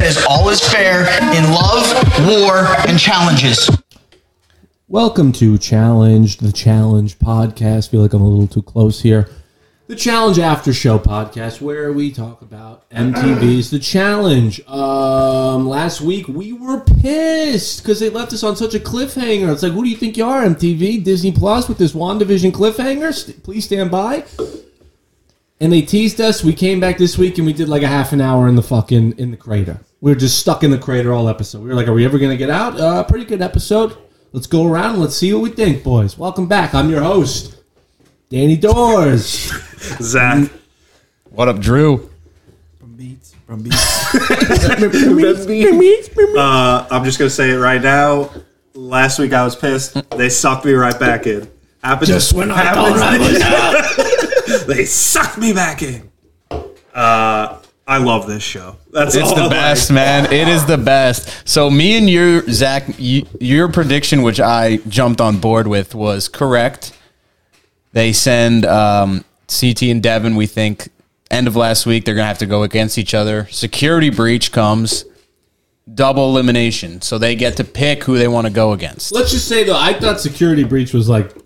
is all is fair in love, war, and challenges. Welcome to Challenge, the Challenge podcast. Feel like I'm a little too close here. The Challenge After Show podcast, where we talk about MTV's The Challenge. Um, last week we were pissed because they left us on such a cliffhanger. It's like, who do you think you are, MTV, Disney Plus, with this Wandavision cliffhanger? St- please stand by. And they teased us. We came back this week and we did like a half an hour in the fucking in the crater. We were just stuck in the crater all episode. We were like, are we ever gonna get out? Uh, pretty good episode. Let's go around and let's see what we think, boys. Welcome back. I'm your host, Danny Doors. Zach. What up, Drew? beats from beats. Uh, I'm just gonna say it right now. Last week I was pissed. They sucked me right back in. Happens Just when I happens- thought I was they sucked me back in. Uh, I love this show. That's It's all I the like. best, man. It is the best. So, me and your Zach, y your prediction, which I jumped on board with, was correct. They send um, CT and Devin. We think end of last week they're gonna have to go against each other. Security breach comes, double elimination. So they get to pick who they want to go against. Let's just say though, I thought security breach was like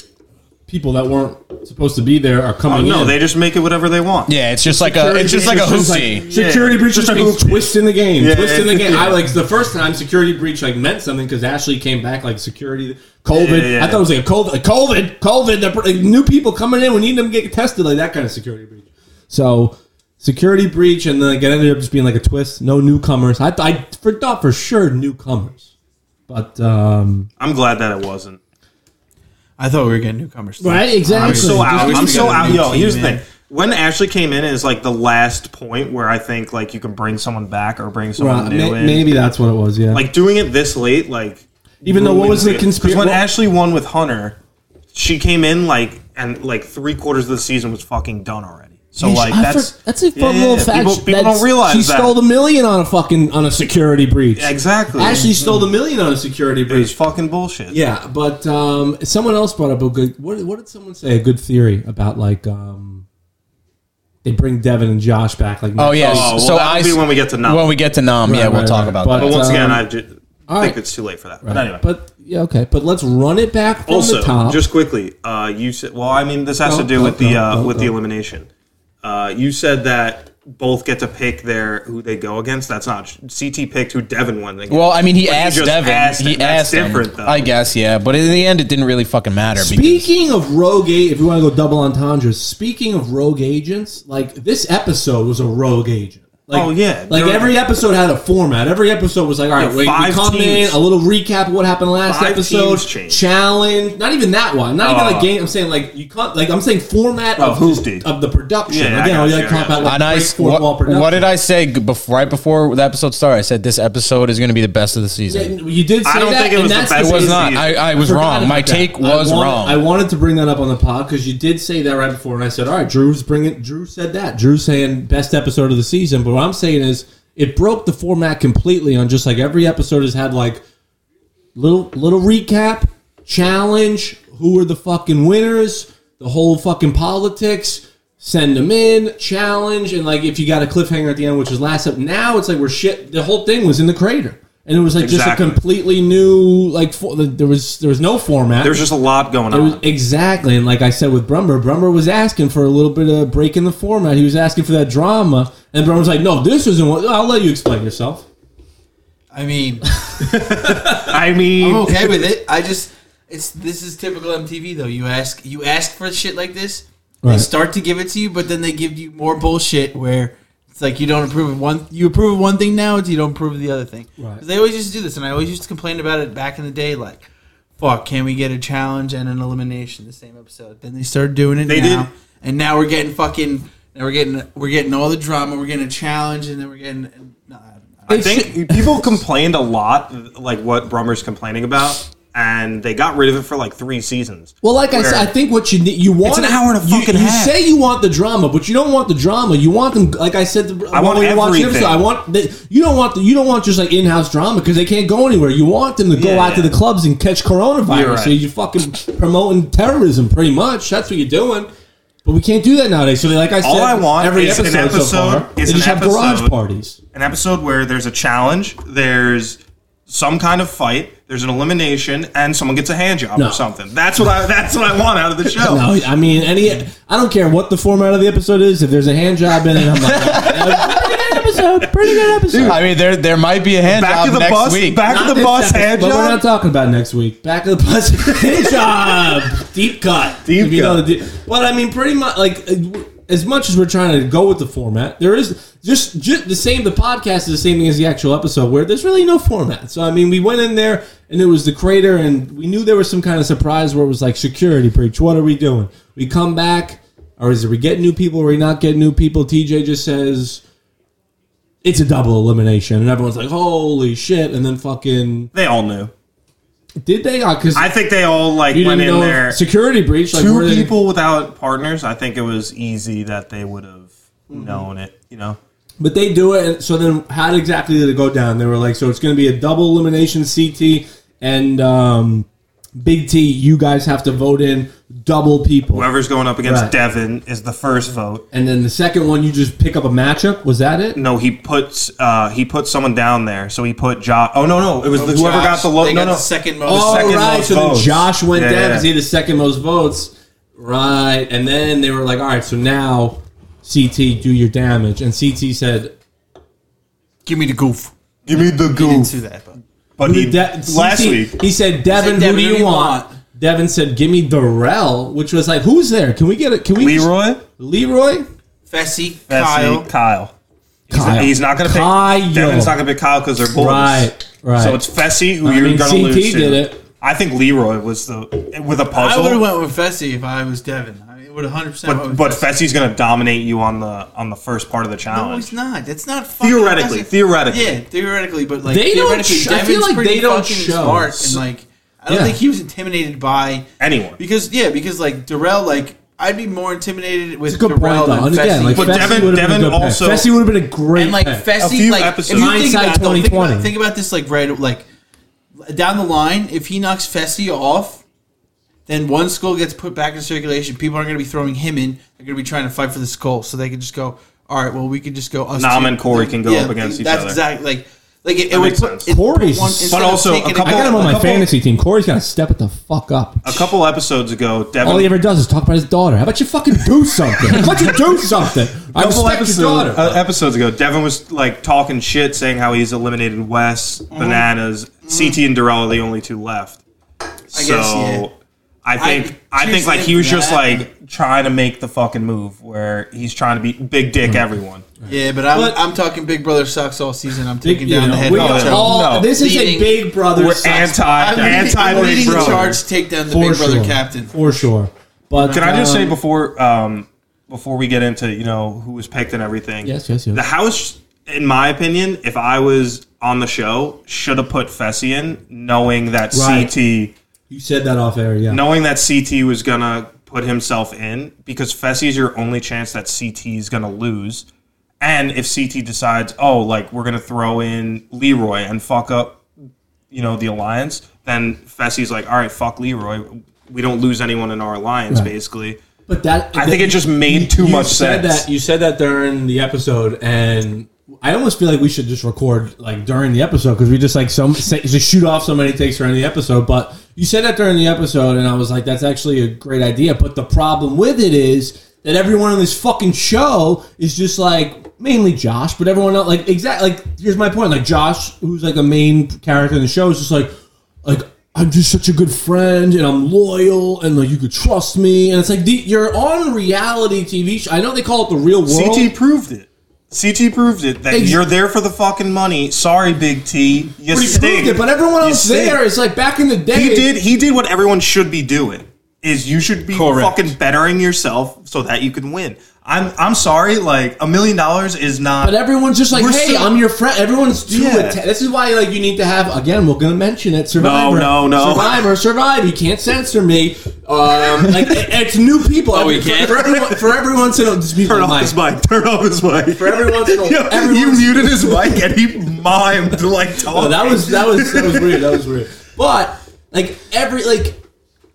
people that weren't supposed to be there are Oh, coming no, in. they just make it whatever they want. Yeah, it's just like Uh, a, it's just like a hoopsie. security Yeah. breach was Just like a a hoopsie. twist in the game. Yeah. Twist in the game. I like the first time security breach like meant something because Ashley came back like security COVID. Yeah, yeah, I thought it was like a COVID, like, COVID, COVID. The like, new people coming in, we need them to get tested like that kind of security breach. So security breach, and then like, it ended up just being like a twist. No newcomers. I I for, thought for sure newcomers, but um, I'm glad that it wasn't. I thought we were getting newcomers. too. Right, exactly. I'm so Just out. because I'm we so got a out. new Yo, team, here's the man. thing. When Ashley came in, is like the last point where I think like you can bring someone back or bring someone well, new may- in. maybe that's what it was. Yeah. like doing it this late, like Even though what was the Because conspiracy? when Ashley won with Hunter, she came in like and like three quarters of the season was fucking done already. So like that's that's a fun little fact. People, people That's- don't realize she that stole the million on a fucking on a security breach. exactly. Ashley stole the million on a security it was breach. fucking bullshit. Yeah, but um, someone else brought up a good. What, what did someone say? A good theory about like um, they bring Devin and Josh back. Like Oh yeah. Oh, well, so that'll I be when we get to Nam. When we get to Nam, yeah, Right, we'll right, talk right. about But- that. but once um, again, I ju- think right. it's too late for that. Right. But anyway, but yeah, okay. But let's run it back from the also top. Oh, just quickly, uh, you said. Well, I mean, this has Go, to do go, with the go, uh, go, with the go. elimination. Uh, you said that both get to pick their who they go against. That's not CT picked who Devin went against. Well, I mean, he But asked just Devin. he him. That's asked him. different though. I guess, yeah. But in the end, it didn't really fucking matter. because Speaking of rogue, a- if you want to go double entendres, speaking of rogue agents, like this episode was a rogue agent. Like, Oh, yeah. like They're- every episode had a format. Every episode was like, all right, wait, Yeah, we five come teams. in, a little recap of what happened last Five episode, teams changed. challenge. Not even that one. Not even Oh. like game. I'm saying like you can't. Like I'm saying format Oh, of who's the, dude? of the production. Yeah, I Again, got like you, I talk got you. about like and I, break s- fourth what, wall production. what did I say g- before, right before the episode started? I said this episode is going to be the best of the season. You did. Say I don't that, think it and was the that's best it was it's not. easy. I, I was forgot wrong. about My that. take I was wanted- wrong. I wanted to bring that up on the pod because you did say that right before, and I said, "All right, Drew's bringing." Drew said that. Drew's saying best episode of the season, but what I'm saying is it broke the format completely. On just like every episode has had like little little recap, challenge, who are the fucking winners, the whole fucking politics. Send them in, challenge, and like if you got a cliffhanger at the end, which was last up. Now it's like we're shit. The whole thing was in the crater, and it was like just a Exactly. complete completely new like for, there was there was no format There's just a lot going There on. was- exactly and like i said with brummer brummer was asking for a little bit of break in the format he was asking for that drama and brummer was like no this isn't what i'll let you explain yourself I mean, I mean, Oh, I'm okay with it. I just it's this is typical MTV though. You ask you ask for shit like this, they Right. start to give it to you, but then they give you more bullshit where it's like you don't approve of one you approve of one thing now, it's you don't approve of the other thing. Right. 'Cause They always used to do this, and I always used to complain about it back in the day, like. Fuck! Can we get a challenge and an elimination the same episode? Then they started doing it. They now, did. and now we're getting fucking. Now we're getting we're getting all the drama. We're getting a challenge, and then we're getting. No, I- I think people complained a lot, like what Brummer's complaining about, and they got rid of it for like three seasons. well like i Where- said i think what you need you want an hour and a you- fucking you, half. say you want the drama but you don't want the drama you want them like i said to, I want when we watched the everything. episode, i want the, you don't want the, you don't want just like in-house drama because they can't go anywhere you want them to go Yeah, out to yeah. the clubs and catch coronavirus You're right. so you're fucking promoting terrorism pretty much that's what you're doing But we can't do that nowadays. So, like I said, All I want every is an episode, so episode- far, is they just an have garage episode. parties. an episode where there's a challenge, there's some kind of fight, there's an elimination, and someone gets a hand job No. or something. That's what I that's what I want out of the show. No, I mean, any. I don't care what the format of the episode is. If there's a hand job in it, I'm like, pretty good episode. Pretty good episode. I mean, there there might be a hand Back job of the next bus, week. back of the this bus, episode, hand But we're not job. talking about next week. Back of the bus, hand job, deep cut, Deep If you know cut. the de- but I mean, pretty much like uh, w- as much as we're trying to go with the format, there is just just the same. The podcast is the same thing as the actual episode, where there's really no format. So I mean, we went in there and it was the crater, and we knew there was some kind of surprise where it was like security breach. What are we doing? We come back, or is it we get new people? Or we not get new people? TJ just says. It's a double elimination, and everyone's like, "Holy shit!" And then fucking They all knew. did they? Because I think they all like you went didn't in know there. if security breach. Like, were Two they- people without partners. I think it was easy that they would have known it. You know, but they do it. And so then, how exactly did it go down? They were like, so it's going to be a double elimination CT and um, Big T. You guys have to vote in double people, whoever's going up against Right. Devin is the first vote. and then the second one, you just pick up a matchup. Was that it? No, he puts uh, he put someone down there. So he put Josh. Oh no, no, it was the, whoever got the low. They No, got no, the second most. All Oh, right, second most so votes. then Josh went Yeah, down yeah, because yeah. he had the second most votes, right? And then they were like, all right, so now CT do your damage, and CT said. Give me the goof. give me the He goo. didn't see that. But. But Who he, did De- last CC week He said, Devin, Devin, who do you want? Devin said, give me Darrell, which was like, who's there? Can we get it? Can we? Leroy, Leroy? Fessy, Kyle, Kyle. Kyle. He's Kyle. not, he's not gonna pick. Kyle. Devin's not gonna pick Kyle because they're bulls. Right, right. So it's Fessy who I you're mean, gonna CT lose. to. did it. I think Leroy was the with a I would have puzzle. went with Fessy if I was Devin. I would 100. percent But but Fessy's gonna dominate you on the on the first part of the No, challenge. he's not. That's not fucking Theoretically, that's- theoretically. Yeah, theoretically, but like They don't theoretically, sh- I feel Devin's like pretty they don't fucking show. smart and like I don't Yeah. think he was intimidated by Anyone. because yeah, because like Darrell, like I'd be more intimidated with It's a good Darrell point, though. And than again, Fessy. like, But Fessy Devin- would have been Devin a good also- pick. Fessy would have been a great and like pick. Fessy, A few like episodes. if you think Hindsight about, though, think, 2020. about, think about this like right like down the line, if he knocks Fessy off, then one skull gets put back in circulation. People aren't going to be throwing him in; they're going to be trying to fight for the skull, so they can just go. All right, well, we could just go. Us Nam two." and Corey can go up against each that's other. Exactly like like it, it That would makes put sense. it put Corey's- one- But instead of also a taking it- couple- I got him on my couple- fantasy team. Corey's got to step it the fuck up. A couple episodes ago, Devin. All he ever does is talk about his daughter. How about you fucking do something? How about you do something? I couple respect your episode, daughter. uh, episodes ago, Devin was like talking shit, saying how he's eliminated Wes, Mm-hmm. Bananas, CT, and Darrell are the only two left. guess, so yeah. I think I, I- think like he choosing was just that- like trying to make the fucking move where he's trying to be big dick Mm-hmm. everyone. Yeah, but I'm, But- I'm talking Big Brother sucks all season. I'm Big- taking you down know, the head. we of are the show. all- No. This is a Leading- big brother. We're sucks anti I'm leading- anti I'm Big leading the Brother. charge to take down the for Big Brother sure. captain. for sure. But Can I just say um, before um, before we get into you know who was picked and everything? Yes, yes, yes. The house, in my opinion, if I was on the show, should have put Fessy in, knowing that Right. CT, you said that off air? Yeah. knowing that CT was gonna put himself in because Fessy's your only chance that CT is gonna lose. And if CT decides, oh, like we're gonna throw in Leroy and fuck up, you know, the alliance, then Fessy's like, all right, fuck Leroy. We don't lose anyone in our alliance, Right. basically. But that I think it just made too much said sense. That, you said that during the episode, and I almost feel like we should just record like during the episode because we just like some say, just shoot off so many takes during the episode. But you said that during the episode, and I was like, that's actually a great idea. But the problem with it is that everyone on this fucking show is just like. Mainly Josh, but everyone else, like, exactly, like, here's my point. Like, Josh, who's like a main character in the show, is just like, like I'm just such a good friend and I'm loyal and like you could trust me and it's like the, you're on reality TV. Sh- I know they call it the real world. CT proved it. CT proved it that Ex- you're there for the fucking money. Sorry, Big T. You Pretty stink. proved it, but everyone You else stink. there is like back in the day. He did. He did what everyone should be doing. Is you should be Correct. fucking bettering yourself so that you can win. I'm. I'm sorry. Like a million dollars is not. But everyone's just like, We're hey, so- I'm your friend. Everyone's doing Yeah. it. This is why like you need to have again. We're gonna mention it. Survivor, No, no, no. Survivor, Survivor. You can't censor me. Um, like it- it's new people. Oh, we can't? For everyone, for everyone to know, just be Turn off my- his mic. Turn off his mic. For everyone's in a- Yo, you everyone's- muted his mic and he mimed like talking. Oh, that was that was that was weird. That was weird. But like every like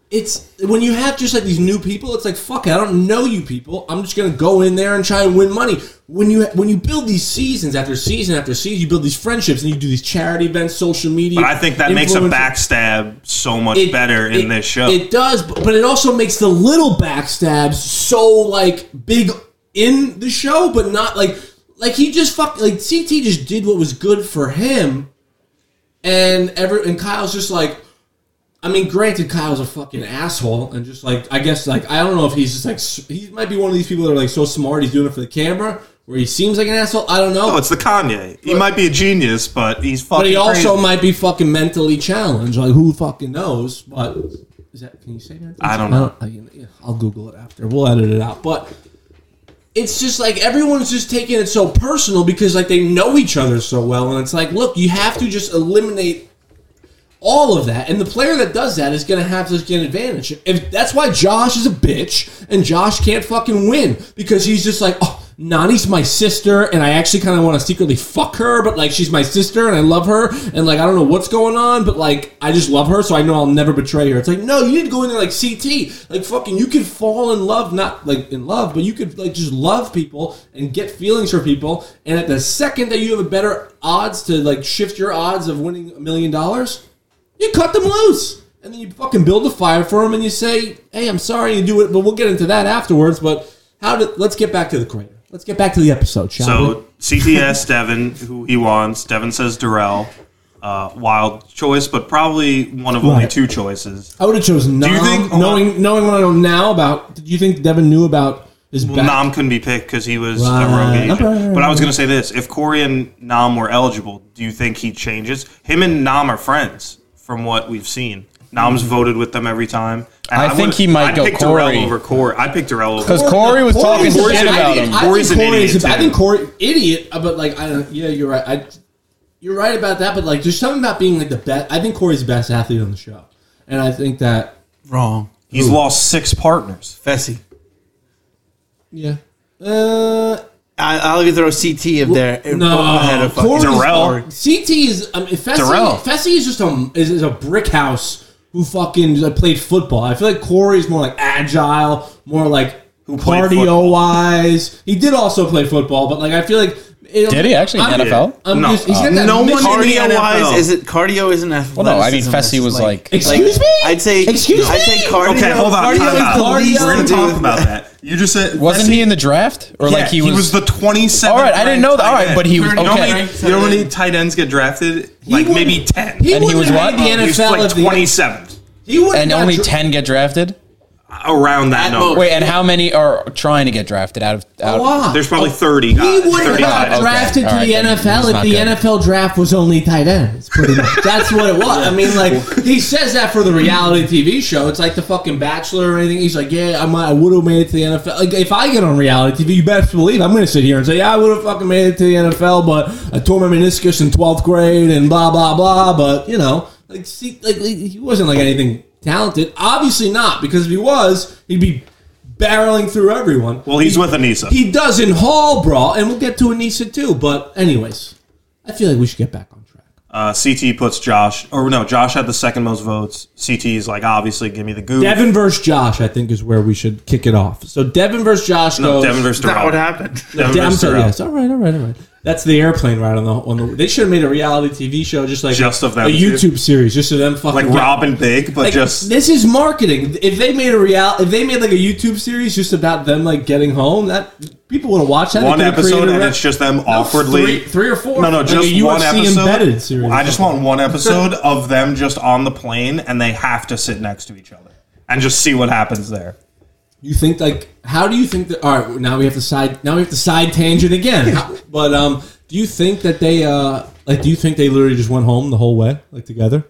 it's when you have just like these new people, it's like fuck, it, I don't know you people. I'm just gonna go in there and try and win money. When you when you build these seasons after season after season, you build these friendships and you do these charity events, social media. But I think that makes a influencer- backstab so much it- better in it- this show. It does, but but it also makes the little backstabs so like big in the show, but not like like he just fuck like CT just did what was good for him, and ever and Kyle's just like. I mean, granted, Kyle's a fucking asshole, and just like I guess, like I don't know if he's just like s- he might be one of these people that are like so smart he's doing it for the camera, where he seems like an asshole. I don't know. oh, it's the Kanye. He might be a genius, but he's Oh, fucking. But he also crazy. might be fucking mentally challenged. Like who fucking knows? But is that can you say that? I don't Uh, know. I don't, I, will Google it after. We'll edit it out. But it's just like everyone's just taking it so personal because like they know each other so well, and it's like, look, you have to just eliminate all of that, and the player that does that is going to have to get an advantage. If that's why Josh is a bitch and Josh can't fucking win because he's just like, oh, Nani's my sister, and I actually kind of want to secretly fuck her, but like she's my sister and I love her, and like I don't know what's going on, but like I just love her, so I know I'll never betray her. It's like no, you need to go in there like CT, like fucking, you could fall in love, not like in love, but you could like just love people and get feelings for people, and at the second that you have a better odds to like shift your odds of winning a million dollars. You cut them loose. And then you fucking build a fire for them and you say, hey, I'm sorry you do it, but we'll get into that afterwards. But how did, let's get back to the crater. Let's get back to the episode, shall we? So CTS Devin, who he wants. Devin says Darrell. Uh, wild choice, but probably one of only Right. two choices. I would have chosen Nom. you think- knowing, knowing what I know now about, do you think Devin knew about his Well, back? Nam couldn't be picked because he was a rogue Right. agent. Okay. But I was going to say this: if Corey and Nam were eligible, do you think he changes? Him and Nam are friends, from what we've seen. Nam's voted with them every time. And I think would- he might I'd go pick Darrell Corey. over Corey. I picked Darrell over. Because Corey was talking Corey's an shit an about idiot. him. I Corey's think an Corey's idiot, a- I too. think Corey idiot, uh, but like I don't. Yeah, you're right. I, you're right about that. But like, there's something about being like the best. I think Corey's the best athlete on the show, and I think that Wrong. He's lost six partners. Fessy. yeah. Uh, I, I'll even throw CT up there. and No, go ahead of fucking Corey's- Darrell. CT is I mean, Fessy, Darrell. Fessy is just a is, is a brick house who fucking like, played football. I feel like Corey is more like agile, more like played cardio football. wise. He did also play football, but like I feel like it, Did he actually in I'm- the NFL? I'm No. just, he's got that No mix- one- Cardio In the NFL. wise, is it cardio? Isn't athleticism? Well, no, I mean, Fessy It's was like, Excuse me. I'd say. Excuse I'd say me? cardio. Okay, hold on. Cardio time is out. the least We're to going to do talk with about that. You just said wasn't he in the draft? Or like he was, the 27th. All right, I didn't know ranked that. All tight right, but end. he was- You know how okay. many- You know how many tight ends get drafted? Like wouldn't- maybe 10. He And he wouldn't was have what? made The He was NFL like if the- 27th He wouldn't and have only dra- ten get drafted. around that At number. most. Wait, and how many are trying to get drafted out of? Out Wow. There's probably 30 He guys. wouldn't 30 tight have ends. Okay. drafted All right, to then. the It's NFL if not the good. NFL draft was only tight ends. Pretty much. That's what it was. I mean, like he says that for the reality TV show. It's like the fucking Bachelor or anything. He's like, yeah, I might, I would have made it to the NFL. Like if I get on reality TV, you best believe I'm going to sit here and say, yeah, I would have fucking made it to the NFL, but I tore my meniscus in twelfth grade and blah blah blah. But you know, like see, like he wasn't like anything talented. Obviously not, because if he was, he'd be. Barreling through everyone. Well, he's with Anissa. He does in Hall Brawl, and we'll get to Anissa too. But anyways, I feel like we should get back on track. Uh, CT puts Josh, or no, Josh had the second most votes. CT is like, obviously, give me the goo. Devin versus Josh, I think, is where we should kick it off. So Devin versus Josh no, goes. Devin versus Not Darrell. what happened. Devin Devin versus Darrell. yes. All right, all right, all right. That's the airplane ride on the on the. They should have made a reality TV show, just like Just of them a two. YouTube series, just of them fucking Like Robin Big, but Like, just this is marketing. If they made a real, if they made like a YouTube series just about them like getting home, that people would have watched that. They one could've episode created a and re- it's just them No, awkwardly. three, three or four. No, no, Like a just one UFC episode. embedded series. I just want one episode of them just on the plane and they have to sit next to each other and just see what happens there. You think like how do you think that? All right, now we have to side. Now we have to side tangent again. How- but um, do you think that they uh like? Do you think they literally just went home the whole way like together?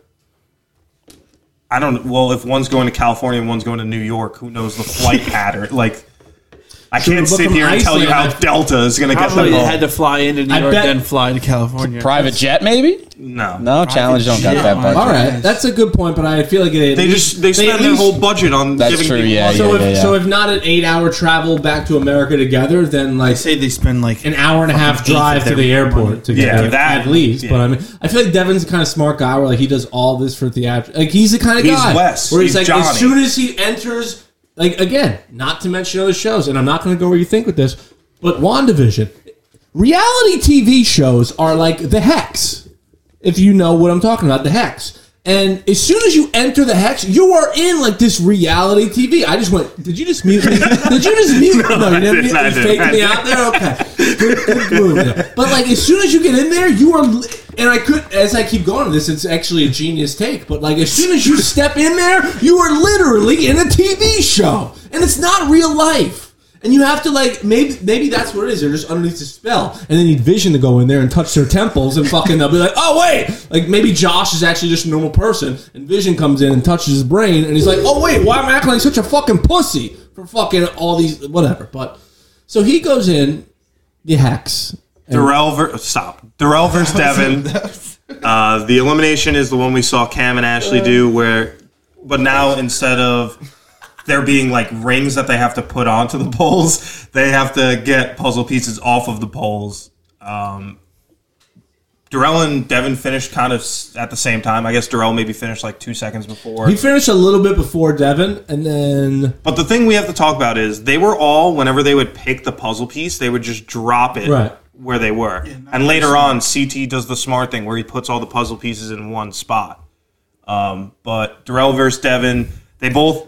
I don't. Well, if one's going to California and one's going to New York, who knows the flight pattern? Like I Sure, can't but sit from here and tell you how Iceland, I- Delta is going to get Probably them all. had to fly into New I York, bet- then fly to California. Private jet, maybe? no, No, challenge don't got that jet. budget. All right, Yes. that's a good point, but I feel like it. They just they spend at their least- whole budget on That's giving true, people yeah, money. So yeah, if yeah, yeah. so, if not an eight-hour travel back to America together, then like Say they spend like an hour and a half Fucking eighth drive of to their the airport to get Yeah, there, that- at least. yeah. But I mean, I feel like Devin's the kind of smart guy where like he does all this for theatrics. Like he's the kind of He's guy Wes. where he's, He's like as Johnny. soon as he enters, like again, not to mention other shows, and I'm not going to go where you think with this, but Wandavision, reality TV shows are like the hex. If you know what I'm talking about, the hex. And as soon as you enter the hex, you are in like this reality TV. I just went. Did you just mute me? Did you just mute? No, I you didn't. did mute not, me. I You did faked not. me out there. Okay. Good, good move. But like, as soon as you get in there, you are. li- And I could, as I keep going on this, it's actually a genius take. But like, as soon as you step in there, you are literally in a TV show, and it's not real life. And you have to like maybe maybe that's what it is. They're just underneath the spell, and they need Vision to go in there and touch their temples, and fucking they'll be like, oh wait, like maybe Josh is actually just a normal person, and Vision comes in and touches his brain, and he's like, oh wait, why am I acting like such a fucking pussy for fucking all these whatever? But so he goes in the hex. Darrell ver- stop. Darrell versus Devin. Uh, the elimination is the one we saw Cam and Ashley do, where but now instead of there being like rings that they have to put onto the poles, they have to get puzzle pieces off of the poles. Um, Darrell and Devin finished kind of s- at the same time. I guess Darrell maybe finished like two seconds before. He finished a little bit before Devin, and then But the thing we have to talk about is they were all whenever they would pick the puzzle piece, they would just drop it Right. where they were. and later on, CT does the smart thing where he puts all the puzzle pieces in one spot. Um, but Darrell versus Devin, they both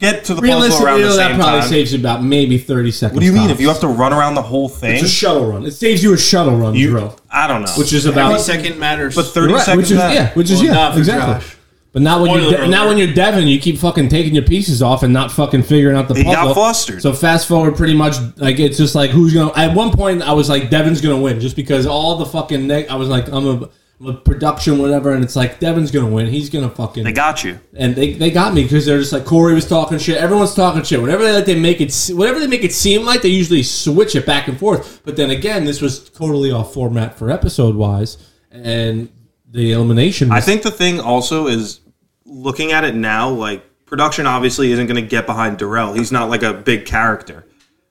get to the puzzle around realistically, the that same probably time. saves you about maybe thirty seconds. what do you mean if you have to run around the whole thing? It's a shuttle run. It saves you a shuttle run, you- drill, I don't know. which is every about second matters. but thirty Right, seconds. which is back. yeah, which is Well, not yeah, for exactly. Josh. But not when Spoiler you're de- not alert. when you're Devin, you keep fucking taking your pieces off and not fucking figuring out the He puzzle. got flustered. So fast forward, pretty much like it's just like who's gonna. At one point, I was like Devin's gonna win just because all the fucking. Neg- I was like I'm a, I'm a production whatever, and it's like Devin's gonna win. He's gonna fucking. They got you. and they, they got me because they're just like Corey was talking shit. Everyone's talking shit. Whenever they like they make it, se- whatever they make it seem like, they usually switch it back and forth. But then again, this was totally off format for episode wise, and the elimination. I Was, think the thing also is looking at it now, like production obviously isn't going to get behind Darrell. He's not like a big character,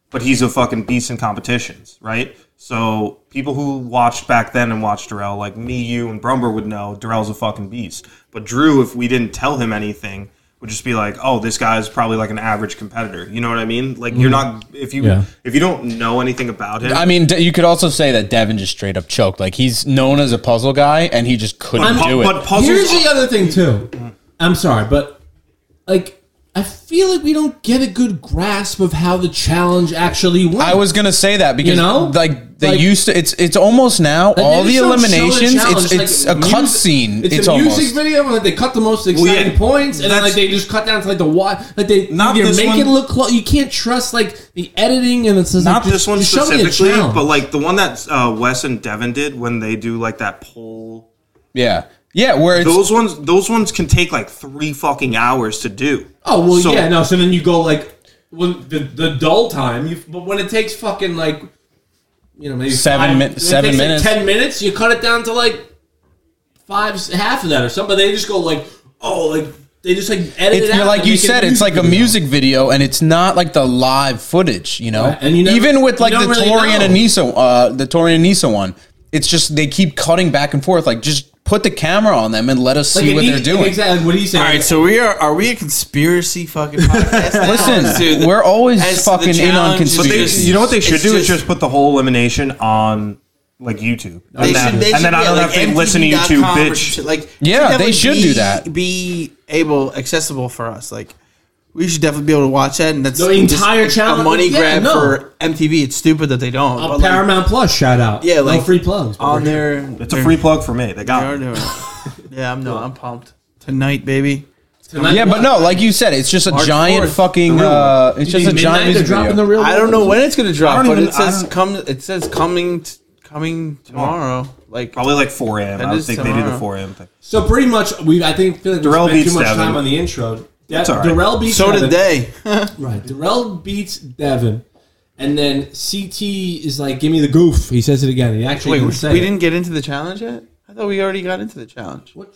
but he's a fucking beast in competitions, right? So people who watched back then and watched Darrell, like me, you, and Brumber would know Darrell's a fucking beast. But Drew, if we didn't tell him anything, would just be like, oh, this guy's probably like an average competitor. You know what I mean? Like you're not if you Yeah. if you don't know anything about him. Mm-hmm. I mean, d- you could also say that Devin just straight up choked. Like he's known as a puzzle guy, and he just couldn't but, do pu- it. but puzzles here's the other thing too. Mm. I'm sorry, but like I feel like we don't get a good grasp of how the challenge actually went. I was gonna say that because You know? like they Like- used to. It's it's almost now all They the just don't show the eliminations. challenge. it's it's like a cut music- scene. It's, It's, a almost music video, and like they cut the most exciting yeah, points, and then that's- like they just cut down to like the what, like they Not they this make one- it look close. You can't trust like the editing, and it's just, like, not this just- one just show me a specifically, challenge. but like the one that uh, Wes and Devin did when they do like that poll. yeah yeah where it's Those ones, those ones can take like three fucking hours to do. oh well, So- yeah, no. So then you go like when the the dull time, you but when it takes fucking like you know maybe Seven five- min- when it seven takes, like, minutes. ten minutes, you cut it down to like five half of that or something. They just go like oh like they just like edit it's it out like and you make it said, it's like a video. music video, and it's not like the live footage, you know. Right, and you never- even with like you the don't really Tori and know. Anissa, uh, the Tori and Anissa one, it's just they keep cutting back and forth. Like just put the camera on them and let us see it what need- they're doing. Exactly. What do you say? all right, so we are are we a conspiracy fucking podcast? now? As to Listen, the- we're as to always the fucking in on challenges But they, It's conspiracy. you know what they should it's do is just- just put the whole elimination on like YouTube, They and, then- should- they and should then I be don't at, have to like, listen to YouTube, MTV.com or bitch. shit, Like, Yeah, should they definitely should be- do that. Be able accessible for us. Like, we should definitely be able to watch that. And that's The just entire A challenge- money yeah, grab no. for MTV. It's stupid that they don't. Uh, but, like, Paramount Plus shout out. Yeah, No like- free plugs but on we're- their. It's a free plug for me. They They are got me. doing it. yeah, I'm no, I'm pumped tonight, baby. Tonight- yeah, but no, like you said, it's just a March giant 4th, fucking. real Uh, it's You just a think midnight giant they're music dropping video. the real. I don't know when it's gonna drop, don't but even- it says I don't- come. It says coming, t- coming tomorrow. Like, Probably like 4 a.m. That I don't is think they do the tomorrow. 4 a.m. thing. So pretty much, we I think feel like Darrell we spent too beats much Devin. time on the intro. That's all right. Darrell beats. so did Devin. they. Right. Darrell beats Devin, And then CT is like, "Give me the goof." He says it again. He actually Wait, didn't we, say we it. didn't get into the challenge yet. I thought we already got into the challenge. What?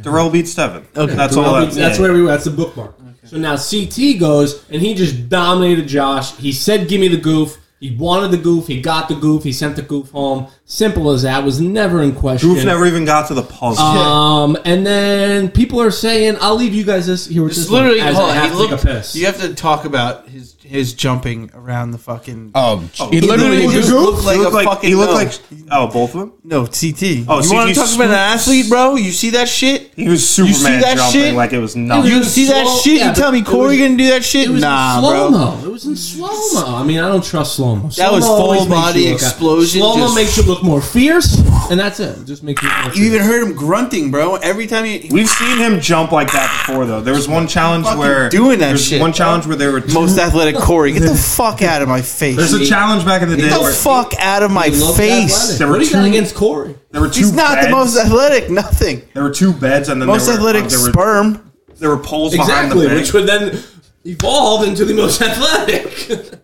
Darrell beat Steven. Okay. that's Well, all. that's, that's where we were. That's the bookmark. So now CT goes and he just dominated Josh. He said, "Give me the goof." He wanted the goof. He got the goof. He sent the goof home. Simple as that. Was never in question. Goof never even got to the puzzle. Uh, Um, and then people are saying, "I'll leave you guys this here with This this is literally one, as I hold on, have he to take looked- a piss." You have to talk about his his jumping around the fucking. Oh, he literally, literally just, just looked like he a looked like fucking. he looked no. like oh both of them. no CT. Oh, you want CT to talk about an 's- athlete, bro? You see that shit? He was You Superman see that jumping shit? like it was nothing. You was see that slow- shit? yeah, you tell but me it Corey was- gonna do that shit? It was Nah, in bro. slow mo. It was in slow mo. I mean, I don't trust slow mo. That was full body explosion, Slow mo just- makes you look more fierce, and that's it. Just makes you. look more You fierce. even heard him grunting, bro. Every time he, We've seen him jump like that before, though. There was one challenge Fucking where doing that there's shit, One bro. challenge where there were two, most athletic Corey, get the fuck out of my face. There's a Nate. challenge back in the day Get the where fuck out of my He looked face. athletic. There were What do you got two- against Corey? there were two. He's not beds. the most athletic. Nothing. There were two beds, and then Most there were, athletic uh, there were, sperm. There were poles Exactly, behind the bed. which would then evolve into the most athletic.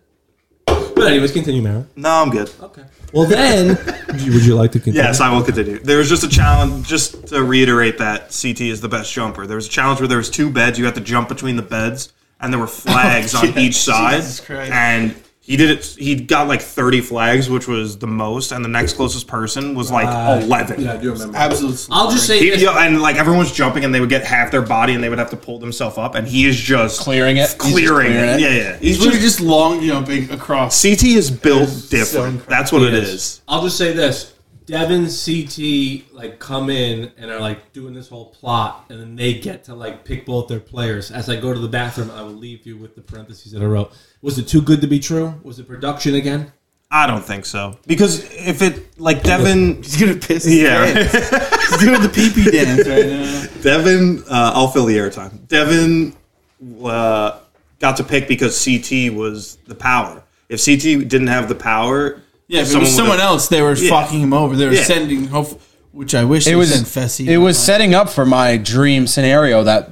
but anyways, continue, Mara. no, I'm good. Okay. Well, then, would you like to continue? Yes, I will continue. There was just a challenge. Just to reiterate that CT is the best jumper. There was a challenge where there was two beds. You had to jump between the beds, and Oh, there were flags on each side. Jesus Christ. And he did it. He got like 30 flags, which was the most. And the next closest person was like Uh, 11. I do remember. Absolutely. I'll just say He, this. yo, and like everyone's jumping, and they would get half their body, and they would have to pull themselves up, and he is just Clearing it? He's just clearing, clearing it. it? Yeah, yeah. He's He's literally just long jumping across. CT is built different. incredible. That's what it is. I'll just say this. Devin CT like come in and are like doing this whole plot, and then they get to like pick both their players. As I go to the bathroom, I will leave you with the parentheses that I wrote. Was it too good to be true? Was it production again? I don't think so because if it like Devin, He's gonna piss. His Yeah. pants. He's doing the pee pee dance right now. Devin, uh, I'll fill the airtime. Devin uh, got to pick because CT was the power. If CT didn't have the power, Yeah, if it Someone was would've- someone else, they were Yeah. fucking him over. They were Yeah. sending hope, which I wish it they was sent Fessy. it was setting up for my dream scenario that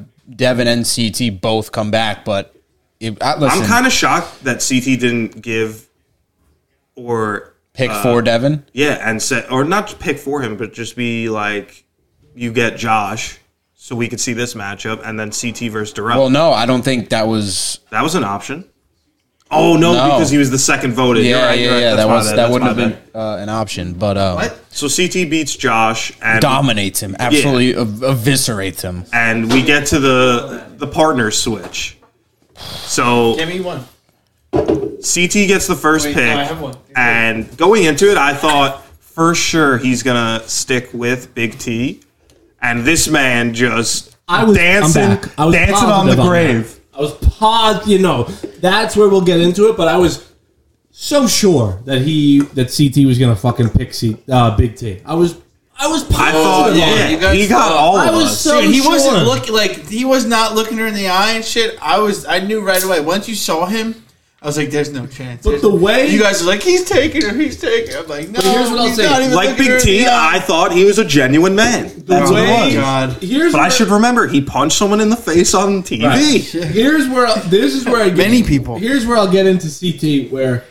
Devin and CT both come back, but it, I, listen, I'm kind of shocked that CT didn't give or pick for Devin. Yeah, and set or not to pick for him, but just be like, you get Josh, so we could see this matchup, and then CT versus Durrell. Well, no, I don't think that was. that was an option. Oh no, No. because he was the second voted. Yeah, you're right, yeah, you're right. yeah. That's That my was bad, that that's wouldn't my have bad. been uh, an option, but uh, So CT beats Josh and dominates him, absolutely ev- eviscerates him. and we get to the the partner switch. So Give me one. CT gets the first Wait, pick, no, I have one. and going into it, I thought for sure he's gonna stick with Big T, and this man just I was dancing, I'm back. I was dancing on the positive that. grave. I was pod. You know, that's where we'll get into it. But I was so sure that he that CT was gonna fucking pick C, uh, Big T. I was I was I positive. thought, on yeah, it. Oh, you guys he got thought- all I of was us. so Dude, he sure. wasn't looking like he was not looking her in the eye and shit. I was, I knew right away. Once you saw him, I was like, "There's no chance." But There's the no-" way- you guys are like, "He's taking her, he's taking." her." I'm like, "No, here's what I'll he's say. not even like looking her Big in T, the eye. I thought he was a genuine man. That's Oh what my he was. God. Here's But I where- should remember, he punched someone in the face on TV. Right. Here's where I- this is where I get, Many people. Here's where I'll get into CT where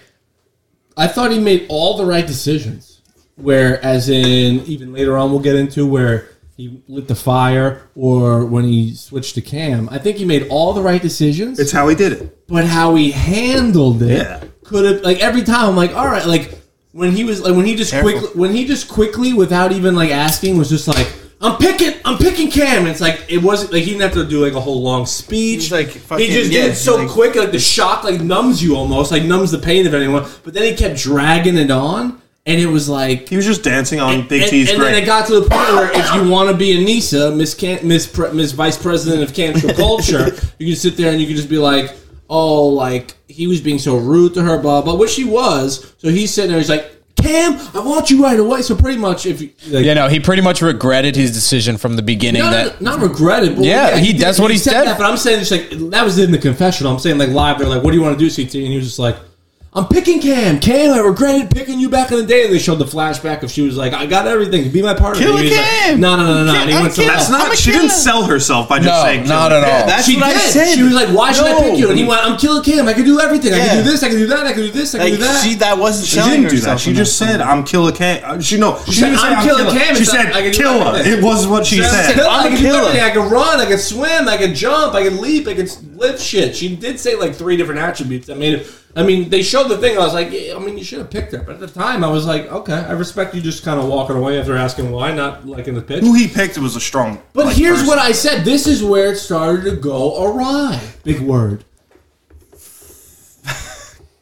I thought he made all the right decisions. Where, as in, even later on, we'll get into where he lit the fire or when he switched to Cam. I think he made all the right decisions, It's how he did it. but how he handled it Yeah. could have like every time. I'm like, all right, like when he was like when he just Careful. quickly when he just quickly without even like asking was just like. I'm picking. I'm picking Cam. And it's like it wasn't like he didn't have to do like a whole long speech. He's like, fucking- he just yeah, did it so he's like- quick, like the shock like numbs you almost, like numbs the pain of anyone. But then he kept dragging it on, and it was like He was just dancing on Big and, T's and grave. then it got to the point where if you want to be a Nisa, Miss Can- Miss Pre- Miss Vice President of Cantrell Culture, you can sit there and you can just be like, oh, like he was being so rude to her, blah blah, which he was. So he's sitting there, he's like, Cam, I want you right away. So pretty much, if you, like, You know, he pretty much regretted his decision from the beginning. no, no, that no, not regretted. But Yeah, he- that's did- what he said. That, but I'm saying it's like that was in the confessional. I'm saying like live. They're like, "What do you want to do, CT?" And he was just like, "I'm I'm picking Cam. Cam, I regretted picking you back in the day. And they showed the flashback of she was like, I got everything. Be my partner. Kill and he was like, Cam! no, no, no, no. And he I'm went to kidding. That's left. I'm not. a She didn't killer. sell herself by just No, saying. not at all. That's She what I did. said. She was like, "Why should I No. pick you?" And he went, "I'm killing Cam. I can do everything. I Yeah. can do this. I can do that. I can do this. I can Like, do that." she that wasn't She selling didn't do that. herself She enough. just said, "I'm killer Cam." uh, She no. She, She didn't said, say, "I'm Killer Cam." She It's said, not- I can do "Killer." everything. It was what she She said. said, I I'm can a do killer." everything. I can run. I can swim. I can jump. I can leap. I can s- lift shit. She did say like three different attributes. I mean, I mean, they showed the thing. I was like, yeah, I mean, you should have picked her. But at the time, I was like, okay, I respect you just kind of walking away after asking why, not liking the pitch. Who he picked was a strong. But like, here's person. what I said. This is where it started to go awry. Big word.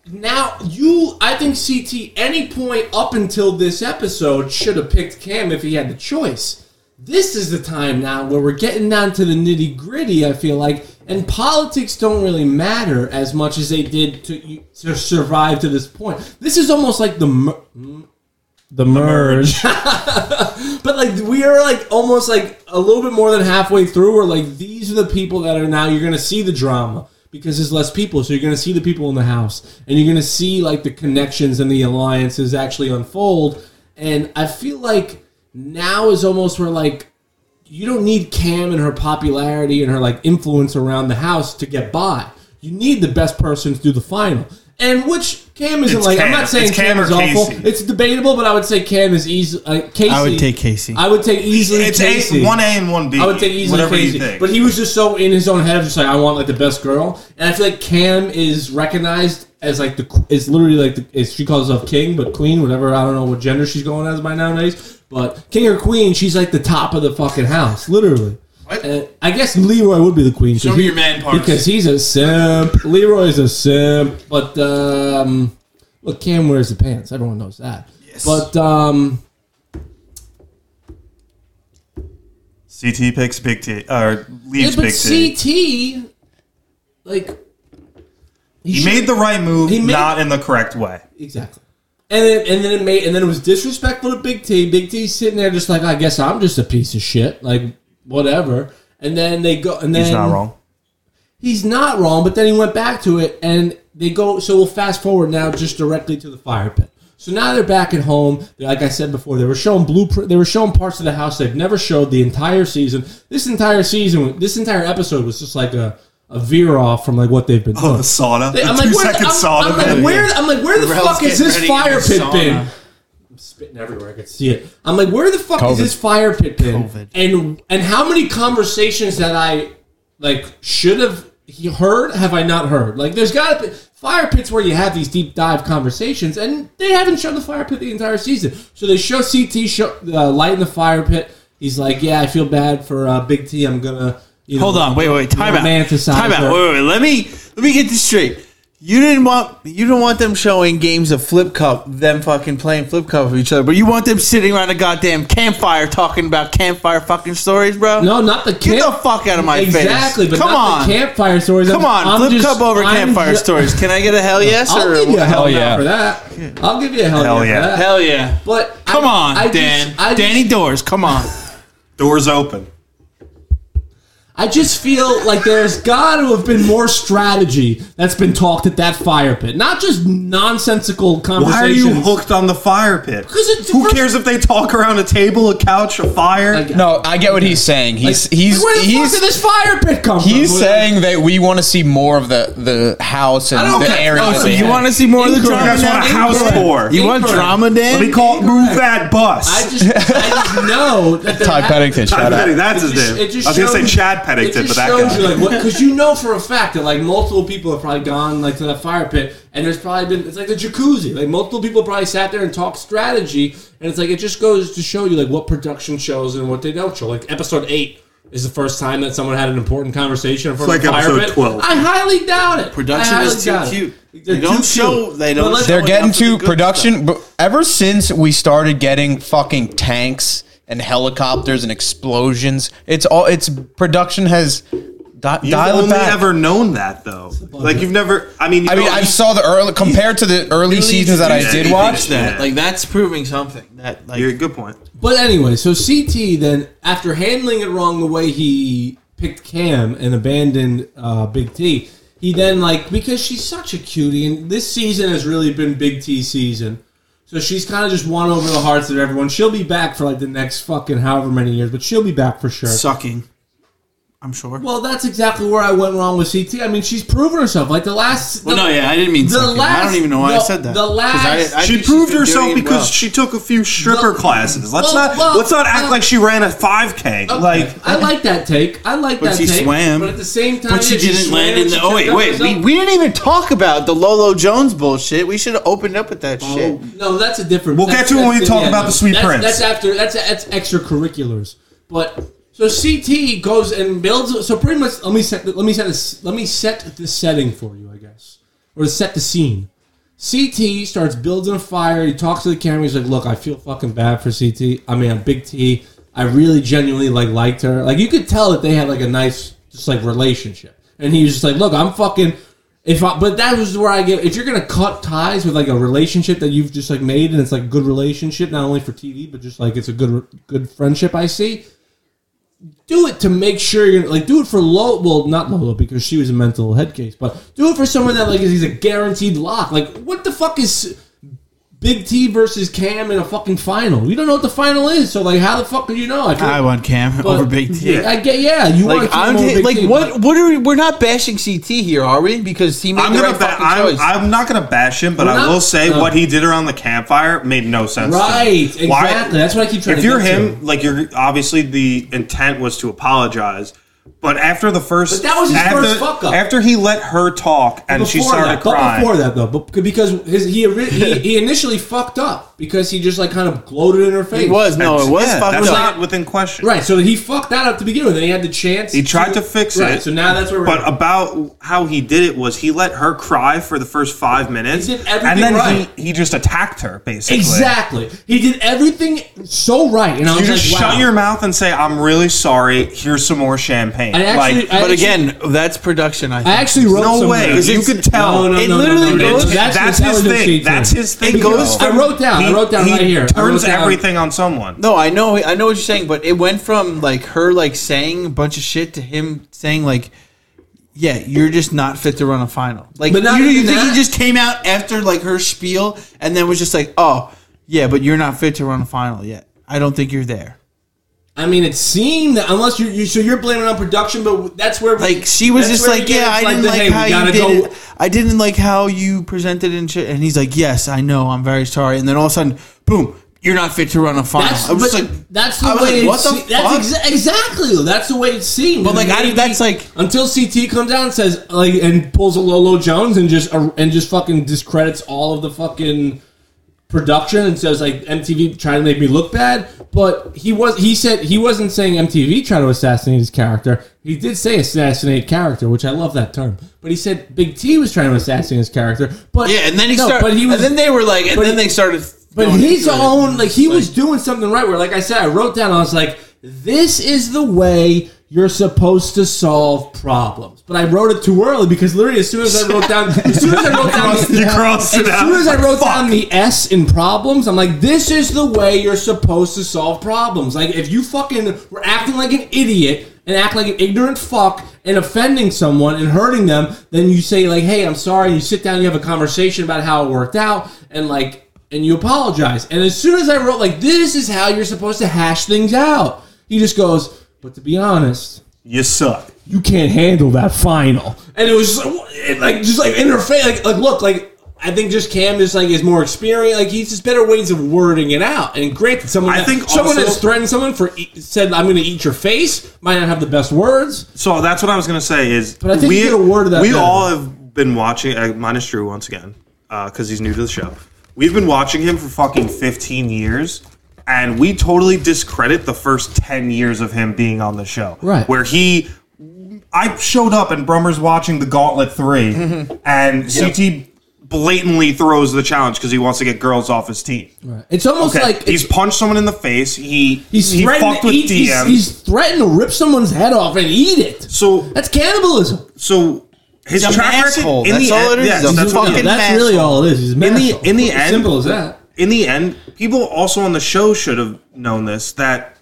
now you, I think CT any point up until this episode should have picked Cam if he had the choice. This is the time now where we're getting down to the nitty gritty. I feel like, and politics don't really matter as much as they did to, to survive to this point. This is almost like the mer- the merge. But like we are like almost like a little bit more than halfway through. We're like these are the people that are now. You're gonna see the drama because there's less people, so you're gonna see the people in the house, and you're gonna see like the connections and the alliances actually unfold. And I feel like now is almost where like you don't need Cam and her popularity and her like influence around the house to get by. You need the best person to do the final. And which Cam isn't It's like I'm Cam. not saying It's Cam Cam, or is awful. Casey. It's debatable, but I would say Cam is easy. Uh, Casey, I would take Casey. I would take easily It's Casey. a, one A and one B. I would take easily whatever Casey. you think. But he was just so in his own head, just like I want like the best girl. And I feel like Cam is recognized as like the is literally like the, is, she calls herself king, but queen, whatever. I don't know what gender she's going as by nowadays. But king or queen, she's like the top of the fucking house, literally. What? And I guess Leroy would be the queen. Show me your man parts. Because he's a simp. Leroy's a simp. But um, look, Cam wears the pants. Everyone knows that. Yes. But um, CT picks big T or yeah, leaves but big T. CT, like He should- made the right move, He made- not in the correct way. exactly. And then, and then it made, and then it was disrespectful to Big T. Big T sitting there just like, I guess I'm just a piece of shit, like whatever. And then they go, and then He's not wrong. He's not wrong, but then he went back to it, and they go. So we'll fast forward now, just directly to the fire pit. So now they're back at home. Like I said before, they were showing blueprint. They were showing parts of the house they've never showed the entire season. This entire season, this entire episode was just like a, a veer off from like what they've been doing. The sauna, I'm the like, two where, second I'm, sauna. I'm like, video. where, I'm like, where the Rel's fuck is getting this ready fire in the pit been? sauna. I'm spitting everywhere. I could see it. I'm like, where the fuck COVID. is this fire pit been? COVID. And and how many conversations that I like should have he- heard have I not heard? Like, there's got to be fire pits where you have these deep dive conversations, and they haven't shown the fire pit the entire season. So they show CT show uh, light in the fire pit. He's like, yeah, I feel bad for uh, Big T. I'm gonna. You know, Hold on, wait, wait, time you out, know, romanticize time her." out. Wait, wait, wait, let me let me get this straight. You didn't want you didn't want them showing games of flip cup, them fucking playing flip cup with each other, but you want them sitting around a goddamn campfire talking about campfire fucking stories, bro. No, not the Get camp- the fuck out of my exactly, face. but come not on, the campfire stories. come on, I'm, I'm flip just, cup over I'm campfire ju- stories. Can I get a hell yes I'll or give you a hell, Hell yeah yeah. for that. I'll give you a hell, Hell yeah, yeah. for that. hell yeah? but Come I, on, I just- Dan, I just- Danny Doors, come on. Doors open. I just feel like there's got to have been more strategy that's been talked at that fire pit, not just nonsensical Why are conversations. you hooked on the fire pit? 'Cause it's- Who cares if they talk around a table, a couch, a fire? Like, No, I get what he's saying. He's he's where the he's fuck did this fire pit come from? He's saying that we want to see more of the the house I don't and the think- area. oh, that so they you have. wanna see more of the Incorrect. That's what a Dan? house for. You want Incorrect. drama, Dan? Let me call move that bus. I just, I just know that they're Ty ha- Pennington, Chad shout out. Petty, that's his just- name. it just I was gonna say shows- Chad It Pennington, just but that shows guy. you like what because you know for a fact that like multiple people have probably gone like to that fire pit and there's probably been it's like the jacuzzi like multiple people probably sat there and talked strategy and it's like it just goes to show you like what production shows and what they don't show like episode eight is the first time that someone had an important conversation in front It's of like a fire episode pit. 12. I highly doubt it. Production I highly is too doubt it. cute. They're They don't too show- they don't But let's- show They're Going getting after the to good production. But ever since we started getting fucking tanks and helicopters and explosions, it's all. It's production has di- You've dialed it only back. ever known that though. Like you've never. I mean, you I mean, know- I saw the early compared to the early seasons that I introduced did anything watch. to that. Yeah. Like that's proving something. That like You're good point. But anyway, so CT then, after handling it wrong the way he picked Cam and abandoned uh, Big T, He then like because she's such a cutie, and this season has really been Big T season. So she's kind of just won over the hearts of everyone. She'll be back for like the next fucking however many years, but she'll be back for sure. Sucking. I'm sure. well, that's exactly where I went wrong with CT. I mean, she's proven herself. Like the last, Well, the- no, yeah, I didn't mean the sucking. I last- don't even know why I the- said that. the 'Cause last- I, I She think she's proved been herself doing because well. she took a few stripper Well- classes. Let's well, not well, let's not act uh, like she ran a 5k. like I like that take. I like But that she take. swam. but at the same time, But she yeah, didn't swam, land in she the. Oh wait, checked wait. herself. We, we didn't even talk about the Lolo Jones bullshit. We should have opened up with that shit. No, that's a different. We'll that's- get to it that's when we the- talk about the Sweet that's, Prince. That's after. That's that's extracurriculars. But so CT goes and builds. So pretty much, let me set. the- Let me set. This, let me set the setting for you, I guess, or to set the scene. CT starts building a fire. He talks to the camera. He's like, "Look, I feel fucking bad for CT. I mean, I'm Big T. I really genuinely like liked her. Like you could tell that they had like a nice, just like relationship. And he was just like, "Look, I'm fucking." If I, but that was where I get. If you're gonna cut ties with like a relationship that you've just like made, and it's like a good relationship, not only for TV, but just like it's a good good friendship. I see. Do it to make sure you're gonna, like do it for Lolo. Well, not Lolo because she was a mental head case, but do it for someone that like is he's a guaranteed lock. Like what the fuck is Big T versus Cam in a fucking final? We don't know what the final is, so like how the fuck do you know? I, feel, I want Cam but- over Big T. I get yeah. You want Like Cam I'm over ta- Big like T, but- what? What are we? We're not bashing CT here, are we? Because he made I'm the gonna right ba- fucking I'm, choice. I'm not gonna bash him, but We're I not- will say no. what he did around the campfire made no sense. to me. Right, exactly. That's what I keep trying If to you're get to. him, like you're obviously the intent was to apologize, but after the first, But that was his after, first fuck up. After he let her talk and she Before started that, but crying. Before that, though, but because his, he, ori- he he initially fucked up because he just like kind of gloated in her face. it was no, it was yeah, fucked that's up. not within question. right. So he fucked that up to begin with, and he had the chance. He tried to fix right, it. So now that's where we're. But about how he did it was he let her cry for the first five minutes, He did everything and then right. he, he just attacked her basically. exactly, he did everything so right, and I You was just like, shut wow. your mouth and say, "I'm really sorry." Here's some more champagne. I actually, like, I But actually- again, that's production. I, think. I actually wrote no somewhere- way. You could tell. No, no, It no, no, literally no, no, goes- no. That's, That's his intelligent thing. CT. That's his thing. It goes though. from- I wrote down, I He- wrote down he right here. I Turns wrote down- everything on someone. No, I know, I know what you're saying, but it went from like her like saying a bunch of shit to him saying like, "Yeah, you're just not fit to run a final." Like, But not you, you even think that. he just came out after like her spiel and then was just like, "Oh, yeah, but you're not fit to run a final yet. I don't think you're there." I mean, it seemed that unless you're you, so you're blaming it on production, but that's where we- Like she was that's just where we like, get "Yeah, I into, didn't the, like, hey, we how you gotta did go- it. I didn't like how you presented and shit." And he's like, "Yes, I know. I'm very sorry." And then all of a sudden, boom. You're not fit to run a final. That's, I was but like, that's the I was way. like, what the it se- that's fuck? exa- exactly. though. That's the way it seemed. But, like, I- Maybe that's, like- until CT comes down and says like and pulls a Lolo Jones and just uh, and just fucking discredits all of the fucking production and says like MTV trying to make me look bad. But he was he said he wasn't saying MTV trying to assassinate his character. He did say assassinate character, which I love that term. But he said Big T was trying to assassinate his character. But Yeah, and then he no, started. But he was and then they were like, and but then he- they started. but going his into it. own, like he was doing something right. Where, like I said, I wrote down. I was like, "This is the way you're supposed to solve problems." But I wrote it too early because literally, as soon as I wrote down, as soon as I wrote down, the, You crossed it as out. soon as I wrote down the S in problems, I'm like, "This is the way you're supposed to solve problems." Like if you fucking were acting like an idiot and act like an ignorant fuck and offending someone and hurting them, then you say like, "Hey, I'm sorry." And you sit down, and you have a conversation about how it worked out, and like and you apologize. And as soon as I wrote, like, this is how you're supposed to hash things out, he just goes, but to be honest, You suck. you can't handle that final. And it was just like, what- it, like just like in her face, like, like look, like, I think just Cam is like is more experienced. Like he's just better ways of wording it out. And granted, someone I that- think someone also- that's threatened someone for e- said I'm going to eat your face might not have the best words. So that's what I was gonna say. Is But I think we you could've worded that we better. all have been watching uh, minus Drew once again because he's new to the show. We've been watching him for fucking 15 years, and we totally discredit the first 10 years of him being on the show. Right. where he. I showed up and Brummer's watching the Gauntlet 3 Mm-hmm. and CT blatantly throws the challenge because he wants to get girls off his team. It's almost Okay. like he's it's, punched someone in the face. He he's he threatened fucked to with eat, he's, DM. he's threatened to rip someone's head off and eat it. so That's cannibalism. so his He's a track record asshole. in That's the all end, it is. yes, He's that's a what it fucking is. that's asshole. really all it is. He's an In the- asshole. in the As end- simple as that. in the end, people also on the show should have known this that